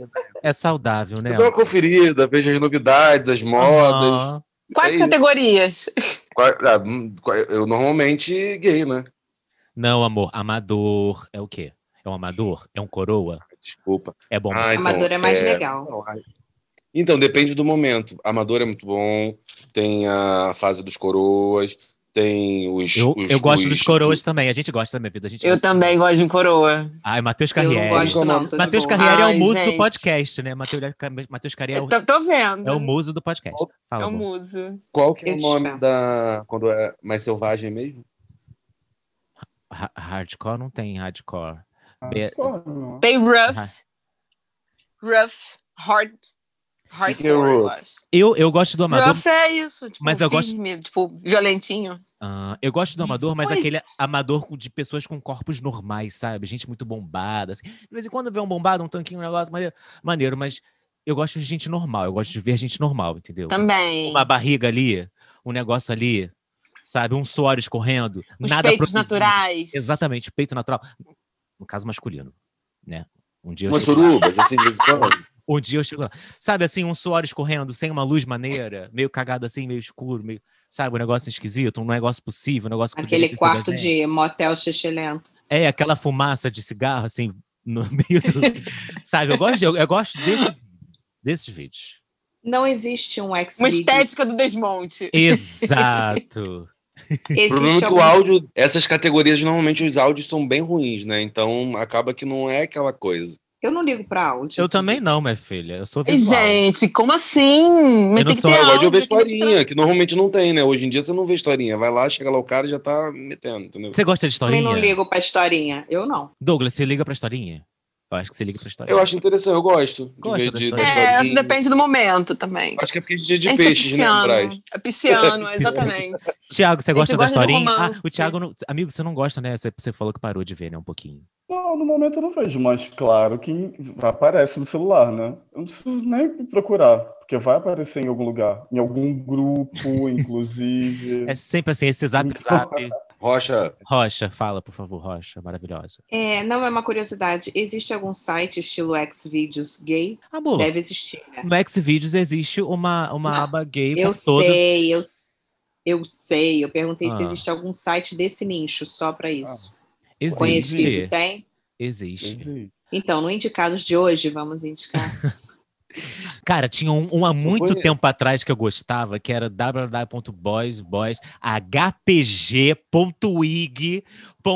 Speaker 1: É saudável, né?
Speaker 3: Eu dou uma conferida, vejo as novidades, as modas.
Speaker 1: Aham.
Speaker 2: Quais
Speaker 3: É isso.
Speaker 2: categorias?
Speaker 3: Qua- ah, hum, qua- Eu normalmente gay, né?
Speaker 1: Não, amor, amador é o quê? É um amador? É um coroa?
Speaker 3: Desculpa.
Speaker 1: É bom.
Speaker 3: Ah, então,
Speaker 4: Amador é mais legal.
Speaker 3: não, ai. Então, depende do momento. Amador é muito bom, tem a fase dos coroas, tem os.
Speaker 1: eu,
Speaker 3: os-
Speaker 1: eu gosto dos
Speaker 3: os-
Speaker 1: coroas também. A gente gosta da minha vida. A gente
Speaker 2: Eu também gosto de um coroa.
Speaker 1: Ai, Matheus
Speaker 4: Eu não
Speaker 1: Carriere.
Speaker 4: gosto, não. tô de
Speaker 1: Matheus
Speaker 4: boa.
Speaker 1: Carriere é o
Speaker 2: Ai,
Speaker 1: muso do
Speaker 2: gente.
Speaker 1: podcast, né? Matheus Matheus Carriere é
Speaker 2: Eu
Speaker 1: o,
Speaker 2: tô, tô vendo.
Speaker 1: é o muso do podcast. Fala,
Speaker 2: É o
Speaker 1: amor.
Speaker 2: muso.
Speaker 3: Qual que é o
Speaker 4: Eu
Speaker 3: nome
Speaker 4: dispenso.
Speaker 3: da. Quando é mais selvagem mesmo?
Speaker 1: Ha- Hardcore não tem hardcore. Be-
Speaker 5: Pornô.
Speaker 2: Tem rough,
Speaker 1: Ah.
Speaker 2: rough, hard, hardcore,
Speaker 3: que é
Speaker 2: eu
Speaker 3: rough?
Speaker 2: acho.
Speaker 1: Eu, eu gosto do Amador.
Speaker 2: Rough é isso, tipo,
Speaker 1: Mas eu
Speaker 2: firme, tipo, violentinho.
Speaker 1: Ah, eu gosto do amador, mas
Speaker 2: Pois-
Speaker 1: aquele amador com- de pessoas com corpos normais, sabe? Gente muito bombada. Assim. De vez em quando vê um bombado, um tanquinho, um negócio maneiro, maneiro, mas eu gosto de gente normal, eu gosto de ver gente normal, entendeu?
Speaker 2: Também.
Speaker 1: Uma barriga ali, um negócio ali, sabe? Um suor escorrendo.
Speaker 2: Os
Speaker 1: nada
Speaker 2: peitos
Speaker 1: produzido.
Speaker 2: naturais.
Speaker 1: Exatamente, peito natural. No caso masculino, né? Um dia eu
Speaker 3: Umas
Speaker 1: chego lá.
Speaker 3: surubas, assim, de vez em quando.
Speaker 1: Um dia eu chego lá. Sabe assim, um suor escorrendo, sem uma luz maneira, meio cagado assim, meio escuro, meio. Sabe, um negócio esquisito, um negócio possível, um negócio que poderia
Speaker 4: Ah, Aquele
Speaker 1: ter sido
Speaker 4: quarto
Speaker 1: a gente.
Speaker 4: de motel xixilento.
Speaker 1: É, aquela fumaça de cigarro, assim, no meio do. sabe, eu gosto, de- eu, eu gosto desse, desses vídeos.
Speaker 4: Não existe um ex
Speaker 2: Uma estética do desmonte.
Speaker 1: Exato.
Speaker 3: O problema é que o áudio, essas categorias, normalmente os áudios são bem ruins, né? Então acaba que não é aquela coisa.
Speaker 4: Eu não ligo pra áudio.
Speaker 1: eu também não, minha filha. Eu sou
Speaker 2: E,
Speaker 1: visual.
Speaker 2: Gente, como assim? Mas
Speaker 1: Eu não
Speaker 2: tem que
Speaker 1: sou-
Speaker 2: ter
Speaker 1: eu
Speaker 3: Eu gosto
Speaker 2: áudio
Speaker 3: de
Speaker 4: é
Speaker 3: ouvir
Speaker 2: aqui mostrando.
Speaker 3: historinha, que normalmente não tem, né? Hoje em dia você não vê historinha. Vai lá, chega lá o cara e já tá metendo, entendeu?
Speaker 1: Você gosta de
Speaker 4: Também não
Speaker 1: historinha?
Speaker 4: ligo pra historinha. Eu não.
Speaker 1: Douglas, você liga pra historinha? Eu acho que você liga pra historinha.
Speaker 3: Eu acho interessante, eu gosto. de
Speaker 1: Gosta
Speaker 3: ver
Speaker 1: da
Speaker 3: de-
Speaker 1: historinha.
Speaker 3: da
Speaker 2: É, acho que
Speaker 3: historinha.
Speaker 2: depende do momento também.
Speaker 3: Acho que é porque a gente é de
Speaker 2: A gente é
Speaker 3: peixes, né,
Speaker 2: pisciano.
Speaker 3: Braz?
Speaker 2: É pisciano, exatamente.
Speaker 1: Tiago, você
Speaker 2: gente
Speaker 1: gosta da
Speaker 2: gosta de
Speaker 1: historinha? Ah,
Speaker 2: romance.
Speaker 1: o Tiago, não- amigo, você não gosta, né? Você, você falou que parou de ver, né? Um pouquinho.
Speaker 5: Não, no momento eu não vejo, mas claro que aparece no celular, né? Eu não preciso nem procurar, porque vai aparecer em algum lugar, em algum grupo, inclusive.
Speaker 1: É sempre assim, esse zap zap.
Speaker 3: Rocha,
Speaker 1: Rocha, fala, por favor, Rocha, maravilhosa.
Speaker 4: É, não é uma curiosidade. Existe algum site estilo ex-vídeos gay?
Speaker 1: Amor,
Speaker 4: Deve existir, né?
Speaker 1: no Xvideos existe uma, uma
Speaker 4: Não,
Speaker 1: aba gay
Speaker 4: Eu
Speaker 1: com todos.
Speaker 4: sei, eu, s- eu sei. Eu perguntei se
Speaker 1: Ah.
Speaker 4: existe algum site desse nicho só pra
Speaker 5: Ah,
Speaker 4: isso.
Speaker 1: Existe.
Speaker 4: Conhecido, tem?
Speaker 1: Existe.
Speaker 5: Uhum.
Speaker 4: Então, no Indicados de hoje, vamos indicar.
Speaker 1: Cara, tinha um, um há muito
Speaker 3: conheço.
Speaker 1: tempo atrás que eu gostava, que era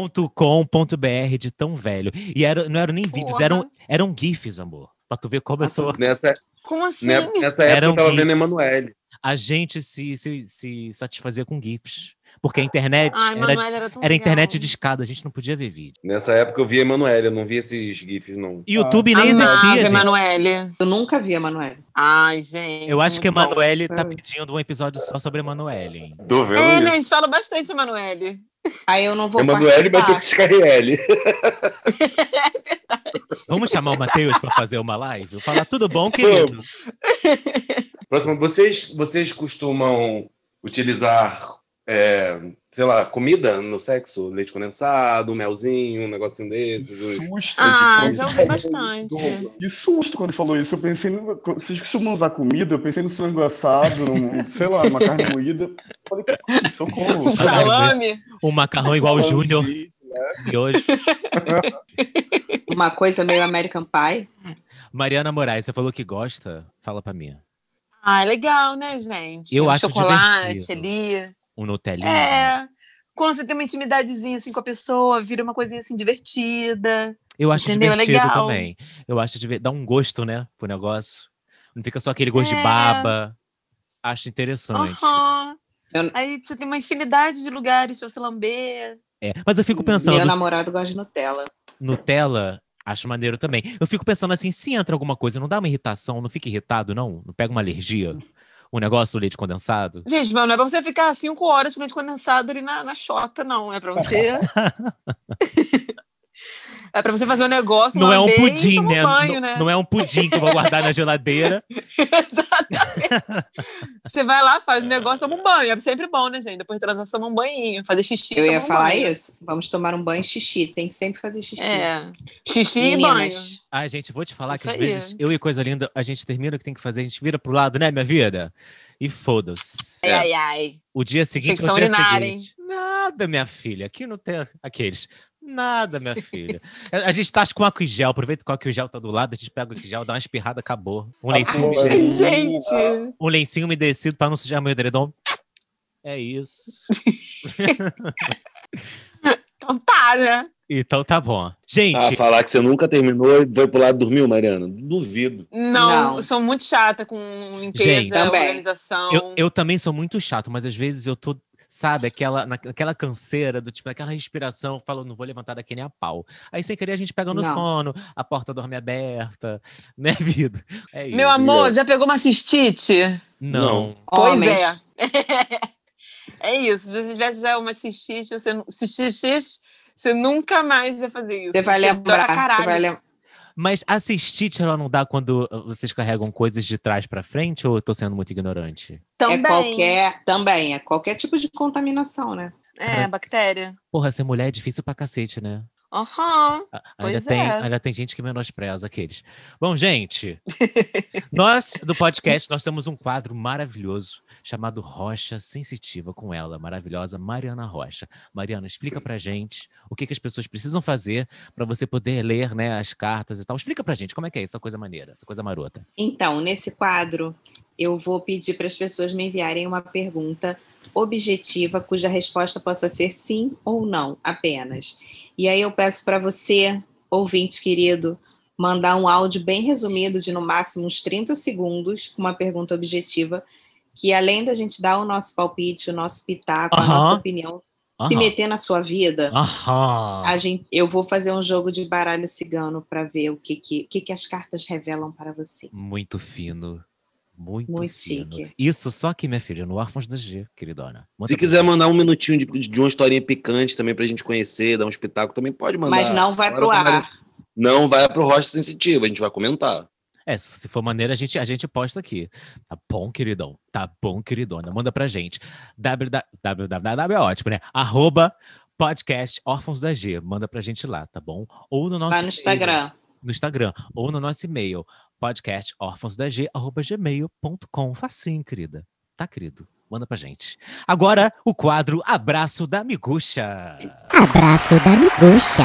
Speaker 1: www.boysboyshpg.ig.com.br de tão velho. E era, não eram nem vídeos,
Speaker 2: Porra.
Speaker 1: eram, eram gifs, amor. Pra tu ver como eu sou.
Speaker 3: nessa,
Speaker 2: Como assim?
Speaker 3: nessa, nessa época
Speaker 1: Era um
Speaker 3: eu tava
Speaker 1: gay.
Speaker 3: vendo Emanuele.
Speaker 1: A gente se, se, se satisfazia com gifs. Porque a internet
Speaker 2: Ai,
Speaker 1: era,
Speaker 2: Manoel era tão
Speaker 1: era internet
Speaker 2: legal.
Speaker 1: de escada, a gente não podia ver vídeo.
Speaker 3: Nessa época eu vi Emanuele, eu não vi esses GIFs, não.
Speaker 1: YouTube nem
Speaker 2: Amava,
Speaker 1: existia, gente.
Speaker 2: Emanuele.
Speaker 4: Eu nunca vi a Manuela.
Speaker 2: Ai, gente.
Speaker 1: Eu acho que a
Speaker 2: muito bom.
Speaker 1: Emanuele tá pedindo um episódio só sobre a Emanuele, hein?
Speaker 3: Tô vendo
Speaker 2: É, né? A gente
Speaker 3: isso.
Speaker 2: fala bastante, Emanuele.
Speaker 4: Aí eu não vou
Speaker 3: Emanuele
Speaker 4: participar.
Speaker 3: bateu com Scarrielli.
Speaker 1: Vamos chamar o Matheus pra fazer uma live? Falar tudo bom, querido?
Speaker 3: Próximo, vocês, vocês costumam utilizar, é, sei lá, comida no sexo? Leite condensado, melzinho, um negocinho desses?
Speaker 5: Que
Speaker 3: os-
Speaker 5: susto!
Speaker 2: Ah,
Speaker 3: Esse
Speaker 2: já
Speaker 3: ponto.
Speaker 2: ouvi bastante.
Speaker 4: É.
Speaker 5: Que susto quando falou isso. Eu pensei, no... vocês costumam usar comida? Eu pensei no frango assado, num- sei lá, uma carne moída. Falei, "Pô, socorro.
Speaker 2: Um salame?
Speaker 1: Um macarrão igual o Júnior
Speaker 5: Sim.
Speaker 1: de hoje.
Speaker 4: Uma coisa meio American Pie.
Speaker 1: Mariana Moraes, você falou que gosta? Fala pra mim.
Speaker 2: Ah, legal, né, gente?
Speaker 1: Eu
Speaker 2: um
Speaker 1: acho
Speaker 2: chocolate
Speaker 1: divertido.
Speaker 2: ali.
Speaker 1: Um Nutelinha.
Speaker 2: É. Quando você tem uma intimidadezinha assim com a pessoa, vira uma coisinha assim divertida.
Speaker 1: Eu acho
Speaker 2: Entendeu? É
Speaker 1: divertido
Speaker 2: legal.
Speaker 1: também. Eu acho diver... dá um gosto, né, pro negócio. Não fica só aquele gosto
Speaker 2: É.
Speaker 1: de baba. Acho interessante.
Speaker 2: Aham.
Speaker 4: Eu-
Speaker 2: Aí você tem uma infinidade de lugares pra você lamber.
Speaker 1: É, Mas eu fico
Speaker 4: Meu
Speaker 1: pensando,
Speaker 4: namorado gosta de Nutella.
Speaker 1: Nutella, acho maneiro também. Eu fico pensando assim, se entra alguma coisa, não dá uma irritação, não fica irritado, não? Não pega uma alergia? Um negócio do leite condensado?
Speaker 2: Gente, mas não é pra você ficar cinco horas com leite condensado ali na, na chota, não. É pra você. é pra você fazer um negócio,
Speaker 1: Não é um
Speaker 2: lamber e
Speaker 1: pudim,
Speaker 2: tomar um
Speaker 1: né?
Speaker 2: banho,
Speaker 1: não,
Speaker 2: né?
Speaker 1: não é um pudim que eu vou guardar na geladeira.
Speaker 2: Exatamente. Você vai lá, faz o negócio, toma um banho. É sempre bom, né, gente? Depois de transar, você toma um banhinho, fazer xixi.
Speaker 4: Eu ia
Speaker 2: toma um
Speaker 4: falar
Speaker 2: banho.
Speaker 4: isso. Vamos tomar um banho xixi. Tem que sempre fazer xixi.
Speaker 2: É. Xixi
Speaker 4: Meninas,
Speaker 1: Ai, gente, vou te falar que
Speaker 2: Isso
Speaker 1: às
Speaker 2: aí.
Speaker 1: vezes eu e Coisa Linda, a gente termina o que tem que fazer, a gente vira pro lado, né, minha vida? E foda-se.
Speaker 4: É.
Speaker 2: e banho.
Speaker 3: É.
Speaker 2: Ai, ai, ai.
Speaker 1: O dia seguinte é o
Speaker 2: Infecção
Speaker 1: dia
Speaker 2: urinária,
Speaker 1: seguinte. Nada, minha filha. Aqui não tem aqueles. Nada, minha filha. A a gente tá com álcool em gel. Aproveita que o álcool em gel tá do lado, a gente pega o álcool em gel, dá uma espirrada, acabou. Um lencinho,
Speaker 5: Acabou.
Speaker 2: Ai, Gente.
Speaker 1: um lencinho umedecido pra não sujar meu edredom. É isso.
Speaker 2: Então tá, né?
Speaker 1: Então tá bom. Gente,
Speaker 3: Ah, falar que você nunca terminou e foi pro lado e dormiu, Mariana? Duvido.
Speaker 2: Não,
Speaker 4: Não.
Speaker 2: eu sou muito chata com limpeza,
Speaker 1: Gente,
Speaker 4: Também.
Speaker 2: organização.
Speaker 1: Eu, eu também sou muito chato, mas às vezes eu tô, sabe, aquela, na- aquela canseira, do tipo, aquela respiração, eu falo, não vou levantar daqui nem a pau. Aí sem querer a gente pega no
Speaker 4: Não.
Speaker 1: sono, a porta dorme aberta, né, vida? É isso.
Speaker 2: Meu amor, já pegou uma cistite?
Speaker 1: Não.
Speaker 4: homens,
Speaker 2: Pois é. É isso. Se você tivesse já uma cistite, você, nu- cistite, você nunca mais ia fazer isso.
Speaker 4: Você vai
Speaker 2: Porque dói pra
Speaker 4: lembrar, você
Speaker 2: caralho.
Speaker 4: vai é lembrar.
Speaker 1: Mas a cistite, ela não dá quando uh, vocês carregam coisas de trás pra frente ou eu tô sendo muito ignorante?
Speaker 2: Também.
Speaker 4: É qualquer, também, é qualquer tipo de contaminação, né?
Speaker 2: É, bactéria.
Speaker 1: Porra, ser mulher é difícil pra cacete, né?
Speaker 2: Aham.
Speaker 1: A- Ainda
Speaker 2: Pois
Speaker 1: tem,
Speaker 2: é.
Speaker 1: ainda tem gente que menospreza aqueles. Bom, gente, nós do podcast, nós temos um quadro maravilhoso chamado Rocha Sensitiva com ela, maravilhosa Mariana Rocha. Mariana, explica pra gente o que, que as pessoas precisam fazer pra você poder ler, né, as cartas e tal. Explica pra gente como é que é essa coisa maneira, essa coisa marota.
Speaker 4: Então, nesse quadro, eu vou pedir para as pessoas me enviarem uma pergunta objetiva, cuja resposta possa ser sim ou não, apenas. E aí eu peço para você, ouvinte querido, mandar um áudio bem resumido, de no máximo uns 30 segundos, com uma pergunta objetiva, que além da gente dar o nosso palpite, o nosso pitaco, a
Speaker 1: Aham.
Speaker 4: nossa opinião, se
Speaker 1: Aham.
Speaker 4: meter na sua vida,
Speaker 1: Aham.
Speaker 4: a gente, eu vou fazer um jogo de baralho cigano para ver o que, que, o que, que as cartas revelam para você.
Speaker 1: Muito fino. Muito,
Speaker 4: Muito
Speaker 1: fino.
Speaker 4: chique.
Speaker 1: Isso só aqui, minha filha, no Órfãos da G, queridona. Manda
Speaker 3: Se
Speaker 1: pra
Speaker 3: quiser
Speaker 1: gente.
Speaker 3: mandar um minutinho de, de uma historinha picante também pra gente conhecer, dar um espetáculo, também pode mandar.
Speaker 4: Mas não vai
Speaker 3: Agora
Speaker 4: pro
Speaker 3: tá
Speaker 4: ar.
Speaker 3: maravilhoso. Não vai pro rocha sensitiva, a gente vai comentar.
Speaker 1: É, se se for maneira, a gente, a gente posta aqui. Tá bom, queridão? Tá bom, queridona? Manda pra gente. www é ótimo, né? Arroba podcast Órfãos da G. Manda pra gente lá, tá bom? Ou no nosso
Speaker 4: Lá no
Speaker 1: e-mail,
Speaker 4: Instagram.
Speaker 1: no Instagram. Ou no nosso e-mail, podcastórfãosdag, arroba gmail.com. Facinho, querida. Tá, querido? Manda pra gente. Agora, o quadro Abraço da Miguxa.
Speaker 7: Abraço da miguxa.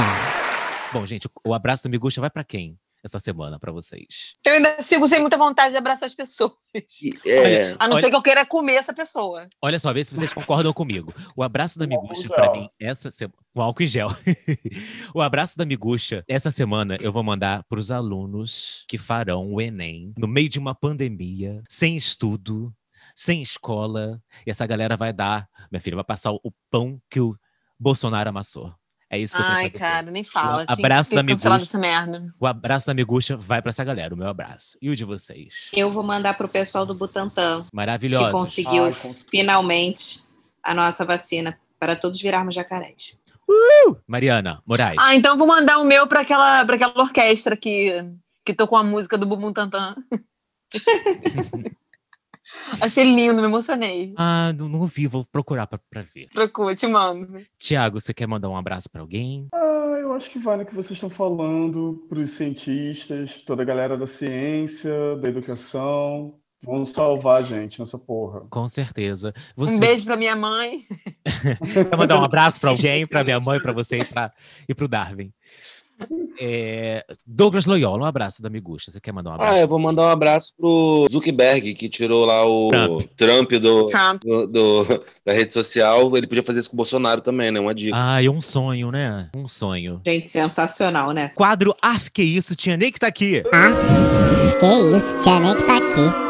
Speaker 1: Bom, gente, o- o Abraço da Miguxa vai pra quem essa semana, pra vocês?
Speaker 2: Eu ainda sigo sem muita vontade de abraçar as pessoas.
Speaker 3: Se- é,
Speaker 2: A não
Speaker 1: Olha-
Speaker 2: ser que eu queira comer essa pessoa.
Speaker 1: Olha só, vê se vocês concordam comigo. O abraço da
Speaker 5: Com álcool
Speaker 1: miguxa,
Speaker 5: em
Speaker 1: pra
Speaker 5: gel.
Speaker 1: mim, essa semana. Com álcool em gel. o abraço da miguxa, essa semana, eu vou mandar para os alunos que farão o Enem no meio de uma pandemia, sem estudo, sem escola. E essa galera vai dar, minha filha, vai passar o pão que o Bolsonaro amassou. É isso que eu tenho
Speaker 2: Ai,
Speaker 1: pra dizer.
Speaker 2: cara, nem fala.
Speaker 1: Um abraço
Speaker 2: Tinha
Speaker 1: da
Speaker 2: que ter cancelado
Speaker 1: Miguxa.
Speaker 2: essa merda.
Speaker 1: O abraço da miguxa vai para essa galera, o meu abraço. E o de vocês?
Speaker 4: Eu vou mandar pro pessoal do Butantan, que
Speaker 1: Maravilhosos.
Speaker 4: conseguiu
Speaker 5: Ai, Ah, com-
Speaker 4: finalmente a nossa vacina para todos virarmos jacarés.
Speaker 1: Mariana, Moraes.
Speaker 2: Ah, então eu vou mandar o meu pra aquela, pra aquela orquestra que, que tocou a música do Bumbum Tantan. Achei lindo, me emocionei.
Speaker 1: Ah, não, não ouvi, vou procurar pra- pra ver.
Speaker 2: Procura, te mando.
Speaker 1: Tiago, você quer mandar um abraço pra alguém?
Speaker 5: Ah, eu acho que vale o que vocês estão falando para os cientistas, toda a galera da ciência, da educação. Vão salvar a gente nessa porra.
Speaker 1: Com certeza.
Speaker 2: Um
Speaker 1: Você
Speaker 2: beijo pra minha mãe.
Speaker 1: quer mandar um abraço pra alguém, pra minha mãe, pra você e, pra, e pro Darwin. É, Douglas Loyola, um abraço da Miguxa. Você quer mandar um abraço?
Speaker 3: Ah, eu vou mandar um abraço pro Zuckerberg, que tirou lá o Trump, do,
Speaker 2: Trump.
Speaker 3: do- do- da rede social. Ele podia fazer isso com o Bolsonaro também, né? Uma dica.
Speaker 1: Ah, é um sonho, né? Um sonho.
Speaker 4: Gente, sensacional, né?
Speaker 1: Quadro Ah, que isso, tinha nem que tá aqui.
Speaker 7: Que isso, tia nem que tá aqui.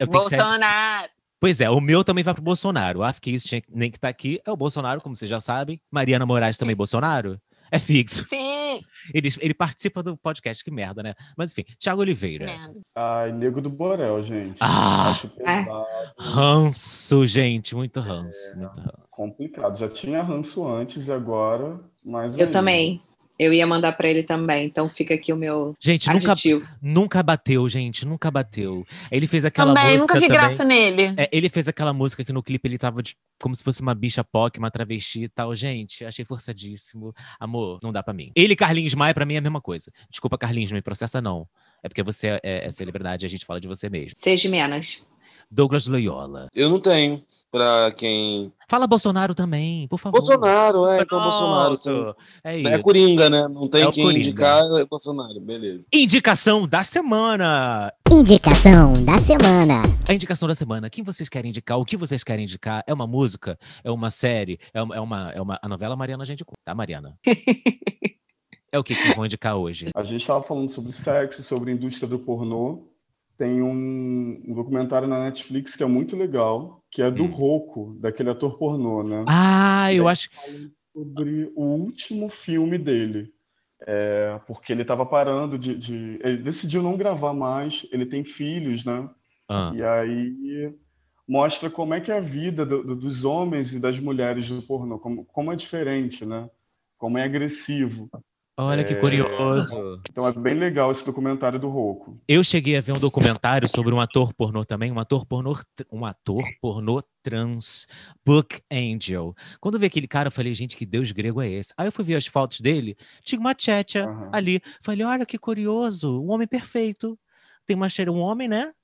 Speaker 1: Eu tenho que sair-
Speaker 2: Bolsonaro.
Speaker 1: Pois é, o meu também vai pro Bolsonaro. Ah, que isso, tinha nem que tá aqui. É o Bolsonaro, como vocês já sabem. Mariana Moraes também Bolsonaro. É fixo.
Speaker 2: Sim.
Speaker 1: Ele, ele participa do podcast, que merda, né? Mas enfim, Tiago Oliveira.
Speaker 2: Merda.
Speaker 5: Ai, nego do Borel, gente.
Speaker 1: Ah!
Speaker 5: Acho
Speaker 4: É.
Speaker 5: pesado,
Speaker 1: Ranço, gente, muito
Speaker 3: É.
Speaker 1: ranço, muito ranço.
Speaker 5: complicado. Já tinha ranço antes e agora, mas
Speaker 4: Eu
Speaker 5: é ainda.
Speaker 4: também. Eu ia mandar para ele também, então fica aqui o meu
Speaker 1: Gente, nunca,
Speaker 4: aditivo.
Speaker 1: nunca bateu, gente, nunca bateu. Ele fez aquela
Speaker 2: Também,
Speaker 1: música
Speaker 2: nunca vi
Speaker 1: também.
Speaker 2: graça nele.
Speaker 1: É, ele fez aquela música que no clipe ele tava de- como se fosse uma bicha POC, uma travesti e tal. Gente, achei forçadíssimo. Amor, não dá pra mim. Ele e Carlinhos Maia, pra mim, é a mesma coisa. Desculpa, Carlinhos, não me processa, não. É porque você é, é celebridade e a gente fala de você mesmo.
Speaker 4: Seja menos.
Speaker 1: Douglas Loyola.
Speaker 3: Eu não tenho. Pra quem.
Speaker 1: Fala Bolsonaro também, por favor.
Speaker 3: Bolsonaro, é, então Bolsonaro. sim.
Speaker 1: Pronto. É
Speaker 3: É
Speaker 1: Tá isso.
Speaker 3: Coringa, né? Não tem
Speaker 1: É o
Speaker 3: quem
Speaker 1: Coringa.
Speaker 3: indicar, é Bolsonaro, beleza.
Speaker 1: Indicação da semana.
Speaker 7: Indicação da semana.
Speaker 1: A indicação da semana. Quem vocês querem indicar? O que vocês querem indicar? É uma música? É uma série? É uma, é uma, é uma- a novela Mariana já indicou, tá, Mariana? é o que que vão indicar hoje?
Speaker 5: A gente estava falando sobre sexo, sobre a indústria do pornô. Tem um, um documentário na Netflix que é muito legal, que é do
Speaker 1: Hum.
Speaker 5: Rocco, daquele ator pornô, né?
Speaker 1: Ah, eu acho.
Speaker 5: Sobre o último filme dele. É, porque ele estava parando de, de- Ele decidiu não gravar mais, ele tem filhos, né?
Speaker 1: Ah,
Speaker 5: E aí mostra como é que é a vida do- do- dos homens e das mulheres do pornô, como, como é diferente, né? Como é agressivo.
Speaker 1: Olha que
Speaker 5: É.
Speaker 1: curioso.
Speaker 5: Então é bem legal esse documentário do Rouco.
Speaker 1: Eu cheguei a ver um documentário sobre um ator pornô também, um ator pornô, tr- um ator pornô trans, Book Angel. Quando eu vi aquele cara, eu falei, gente, que deus grego é esse? Aí eu fui ver as fotos dele, tinha uma tchetcha
Speaker 5: Aham.
Speaker 1: ali. Falei, olha que curioso, um homem perfeito. Tem uma cheira, um homem, né?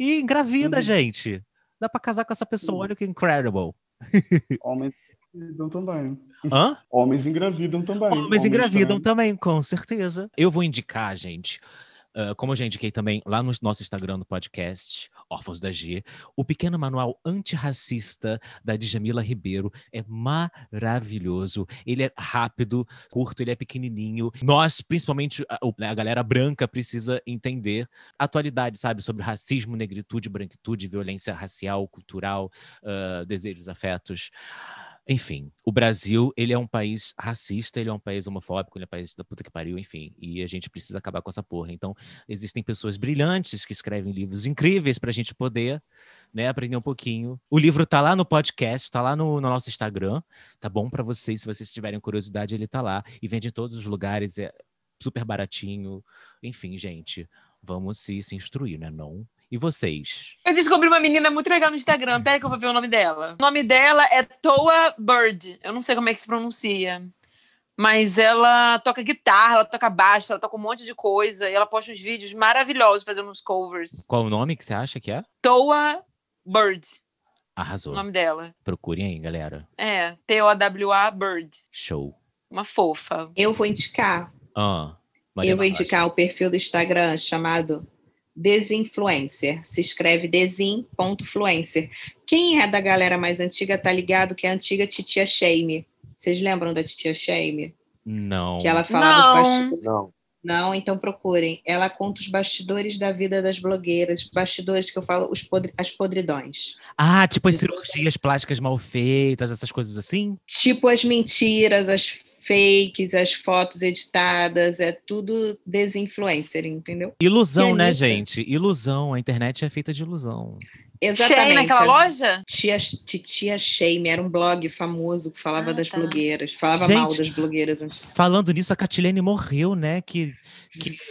Speaker 1: E engravida,
Speaker 5: Uhum.
Speaker 1: gente. Dá pra casar com essa pessoa,
Speaker 5: Uhum.
Speaker 1: olha que incredible.
Speaker 5: Homens engravidam também.
Speaker 1: Hã?
Speaker 5: Homens engravidam também.
Speaker 1: Homens engravidam
Speaker 5: trans.
Speaker 1: também, com certeza. Eu vou indicar, gente, ah, como eu já indiquei também lá no nosso Instagram do podcast, Órfãos da G, o pequeno manual antirracista da Djamila Ribeiro é maravilhoso. Ele é rápido, curto, ele é pequenininho. Nós, principalmente a, o- né, a galera branca, precisa entender a atualidade, sabe? Sobre racismo, negritude, branquitude, violência racial, cultural, ah, desejos, afetos. Enfim, o Brasil, ele é um país racista, ele é um país homofóbico, ele é um país da puta que pariu, enfim. E a gente precisa acabar com essa porra. Então, existem pessoas brilhantes que escrevem livros incríveis pra gente poder, né, aprender um pouquinho. O livro tá lá no podcast, tá lá no, no nosso Instagram, tá bom pra vocês, se vocês tiverem curiosidade, ele tá lá e vende em todos os lugares, é super baratinho. Enfim, gente, vamos se, se instruir, né, não? E vocês?
Speaker 2: Eu descobri uma menina muito legal no Instagram. Pera que eu vou ver o nome dela. O nome dela é Toa Bird. Eu não sei como é que se pronuncia. Mas ela toca guitarra, ela toca baixo, ela toca um monte de coisa. E ela posta uns vídeos maravilhosos fazendo uns covers.
Speaker 1: Qual o nome que você acha que é?
Speaker 2: Toa Bird, o
Speaker 1: Arrasou.
Speaker 2: nome dela.
Speaker 1: Procurem aí, galera.
Speaker 2: É, T-O-W-A Bird.
Speaker 1: Show.
Speaker 2: Uma fofa.
Speaker 4: Eu vou indicar.
Speaker 1: Ah,
Speaker 4: eu vou indicar o perfil do Instagram chamado Desinfluencer. Se escreve desin.fluencer. Quem é da galera mais antiga tá ligado que é a antiga titia Shame. Vocês lembram da titia Shame?
Speaker 1: Não.
Speaker 4: Que ela falava os
Speaker 2: Não.
Speaker 4: bastidores.
Speaker 3: Não.
Speaker 4: Não, então procurem. Ela conta os bastidores da vida das blogueiras, bastidores que eu falo, os podre- as podridões.
Speaker 1: Ah, tipo as
Speaker 4: de-
Speaker 1: cirurgias plásticas mal feitas, essas coisas assim?
Speaker 4: Tipo as mentiras, as fakes, as fotos editadas, é tudo desinfluencer, entendeu?
Speaker 1: Ilusão, né,
Speaker 4: Pianista.
Speaker 1: gente? Ilusão. A internet é feita de ilusão.
Speaker 4: Exatamente.
Speaker 2: Cheguei naquela loja?
Speaker 4: Tia, Titia Shame era um blog famoso que falava
Speaker 2: Ah,
Speaker 4: das
Speaker 2: tá.
Speaker 4: blogueiras, falava
Speaker 1: Gente.
Speaker 4: mal das blogueiras. antes.
Speaker 1: Falando nisso, a Catilene morreu, né? Que,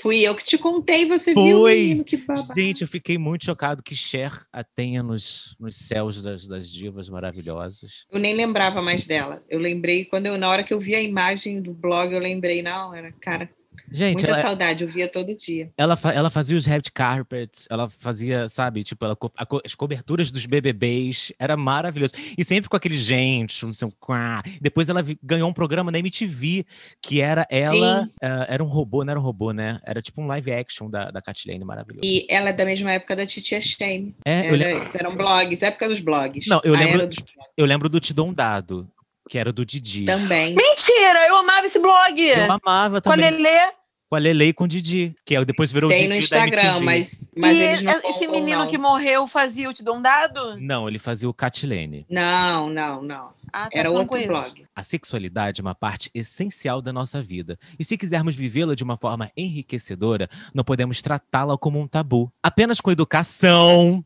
Speaker 4: Fui eu que te contei, você viu?
Speaker 1: Foi.
Speaker 4: menino? que babado.
Speaker 1: gente, eu fiquei muito chocado que Cher a tenha nos, nos céus das, das divas maravilhosas.
Speaker 4: Eu nem lembrava mais dela. Eu lembrei quando eu na hora que eu vi a imagem do blog, eu lembrei na hora, cara.
Speaker 1: Gente,
Speaker 4: Muita
Speaker 1: ela, é
Speaker 4: saudade, eu via todo dia.
Speaker 1: ela, fa- ela fazia os red carpets, ela fazia, sabe, tipo, ela co- a co- as coberturas dos BBBs, era maravilhoso. E sempre com aquele gente, não sei, o quá. depois ela vi- ganhou um programa na MTV, que era ela,
Speaker 4: Sim.
Speaker 1: eh, era um robô, não era um robô, né? Era tipo um live action da, da Catilene, maravilhoso.
Speaker 4: E ela é da mesma época da Titia Shame.
Speaker 1: É, eu,
Speaker 4: Era-
Speaker 1: lem-
Speaker 4: eram blogs, época dos blogs.
Speaker 1: Não, eu
Speaker 4: A
Speaker 1: lembro-
Speaker 4: era dos blogs
Speaker 1: eu lembro do Te Dou um Dado, que era do Didi.
Speaker 4: também.
Speaker 2: Mentira, eu amava esse blog.
Speaker 1: Eu amava
Speaker 2: Com a
Speaker 1: também,
Speaker 2: Lelê.
Speaker 1: com a Lele e com o Didi, que é- depois virou o
Speaker 4: Tem
Speaker 1: Didi
Speaker 4: no
Speaker 1: da
Speaker 4: Instagram,
Speaker 1: MTV.
Speaker 4: mas, mas
Speaker 2: e
Speaker 4: eles não
Speaker 2: esse
Speaker 4: contam,
Speaker 2: menino
Speaker 4: não.
Speaker 2: que morreu fazia o Te Dou um Dado?
Speaker 1: Não, ele fazia o Catilene.
Speaker 4: Não, não, não.
Speaker 2: Ah, tá,
Speaker 4: Era
Speaker 2: eu não
Speaker 4: outro
Speaker 2: conheço.
Speaker 4: blog.
Speaker 1: A sexualidade é uma parte essencial da nossa vida, e se quisermos vivê-la de uma forma enriquecedora, não podemos tratá-la como um tabu. Apenas com educação,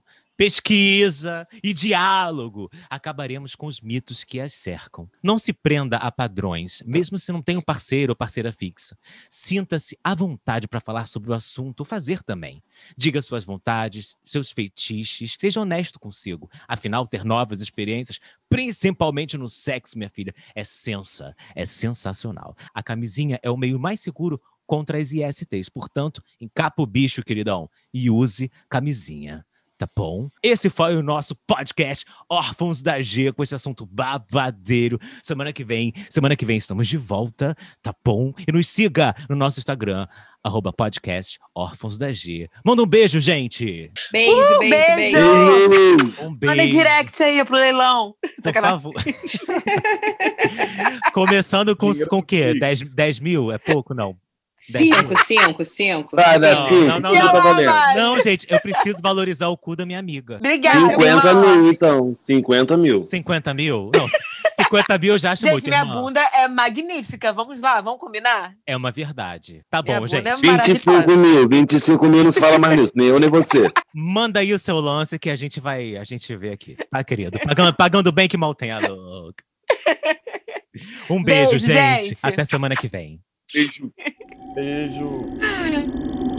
Speaker 1: pesquisa e diálogo acabaremos com os mitos que as cercam. Não se prenda a padrões, mesmo se não tem um parceiro ou parceira fixa. Sinta-se à vontade para falar sobre o assunto ou fazer também. Diga suas vontades, seus feitiços, seja honesto consigo. Afinal, ter novas experiências, principalmente no sexo, minha filha, é sensa, é sensacional. A camisinha é o meio mais seguro contra as ISTs. Portanto, encapa o bicho, queridão, e use camisinha. Tá bom? Esse foi o nosso podcast Órfãos da G com esse assunto babadeiro. Semana que vem, semana que vem estamos de volta, tá bom? E nos siga no nosso Instagram, arroba podcast Órfãos da G. Manda um beijo, gente!
Speaker 4: Beijo,
Speaker 1: Uh,
Speaker 4: beijo,
Speaker 2: beijo!
Speaker 4: beijo.
Speaker 1: Um beijo!
Speaker 2: Manda direct aí pro leilão.
Speaker 1: Então, Por favor. Começando com, com o quê? 10, 10 mil? É pouco, não?
Speaker 4: Cinco, cinco, cinco.
Speaker 3: Nada,
Speaker 1: Não,
Speaker 3: cinco.
Speaker 1: não, não,
Speaker 3: cinco
Speaker 1: não.
Speaker 3: tá valendo.
Speaker 2: Ai.
Speaker 1: Não, gente, eu preciso valorizar o cu da minha amiga.
Speaker 2: Obrigada,
Speaker 3: 50
Speaker 2: irmão.
Speaker 3: mil, então. 50 mil.
Speaker 1: 50 mil? Não, 50 mil eu já acho
Speaker 2: Gente,
Speaker 1: muito,
Speaker 2: minha
Speaker 1: irmã.
Speaker 2: bunda é magnífica. Vamos lá, vamos combinar?
Speaker 1: É uma verdade. Tá
Speaker 2: Minha
Speaker 1: bom,
Speaker 2: bunda
Speaker 1: gente.
Speaker 2: é
Speaker 3: 25 mil, 25 mil não se fala mais nisso, nem eu nem você.
Speaker 1: Manda aí o seu lance que a gente vai, a gente vê aqui. Tá, querido? Pagando, pagando bem que mal tem a louca. Um beijo,
Speaker 2: Beijo,
Speaker 1: gente.
Speaker 2: gente.
Speaker 1: Até semana que vem.
Speaker 3: Beijo.
Speaker 5: Beijo.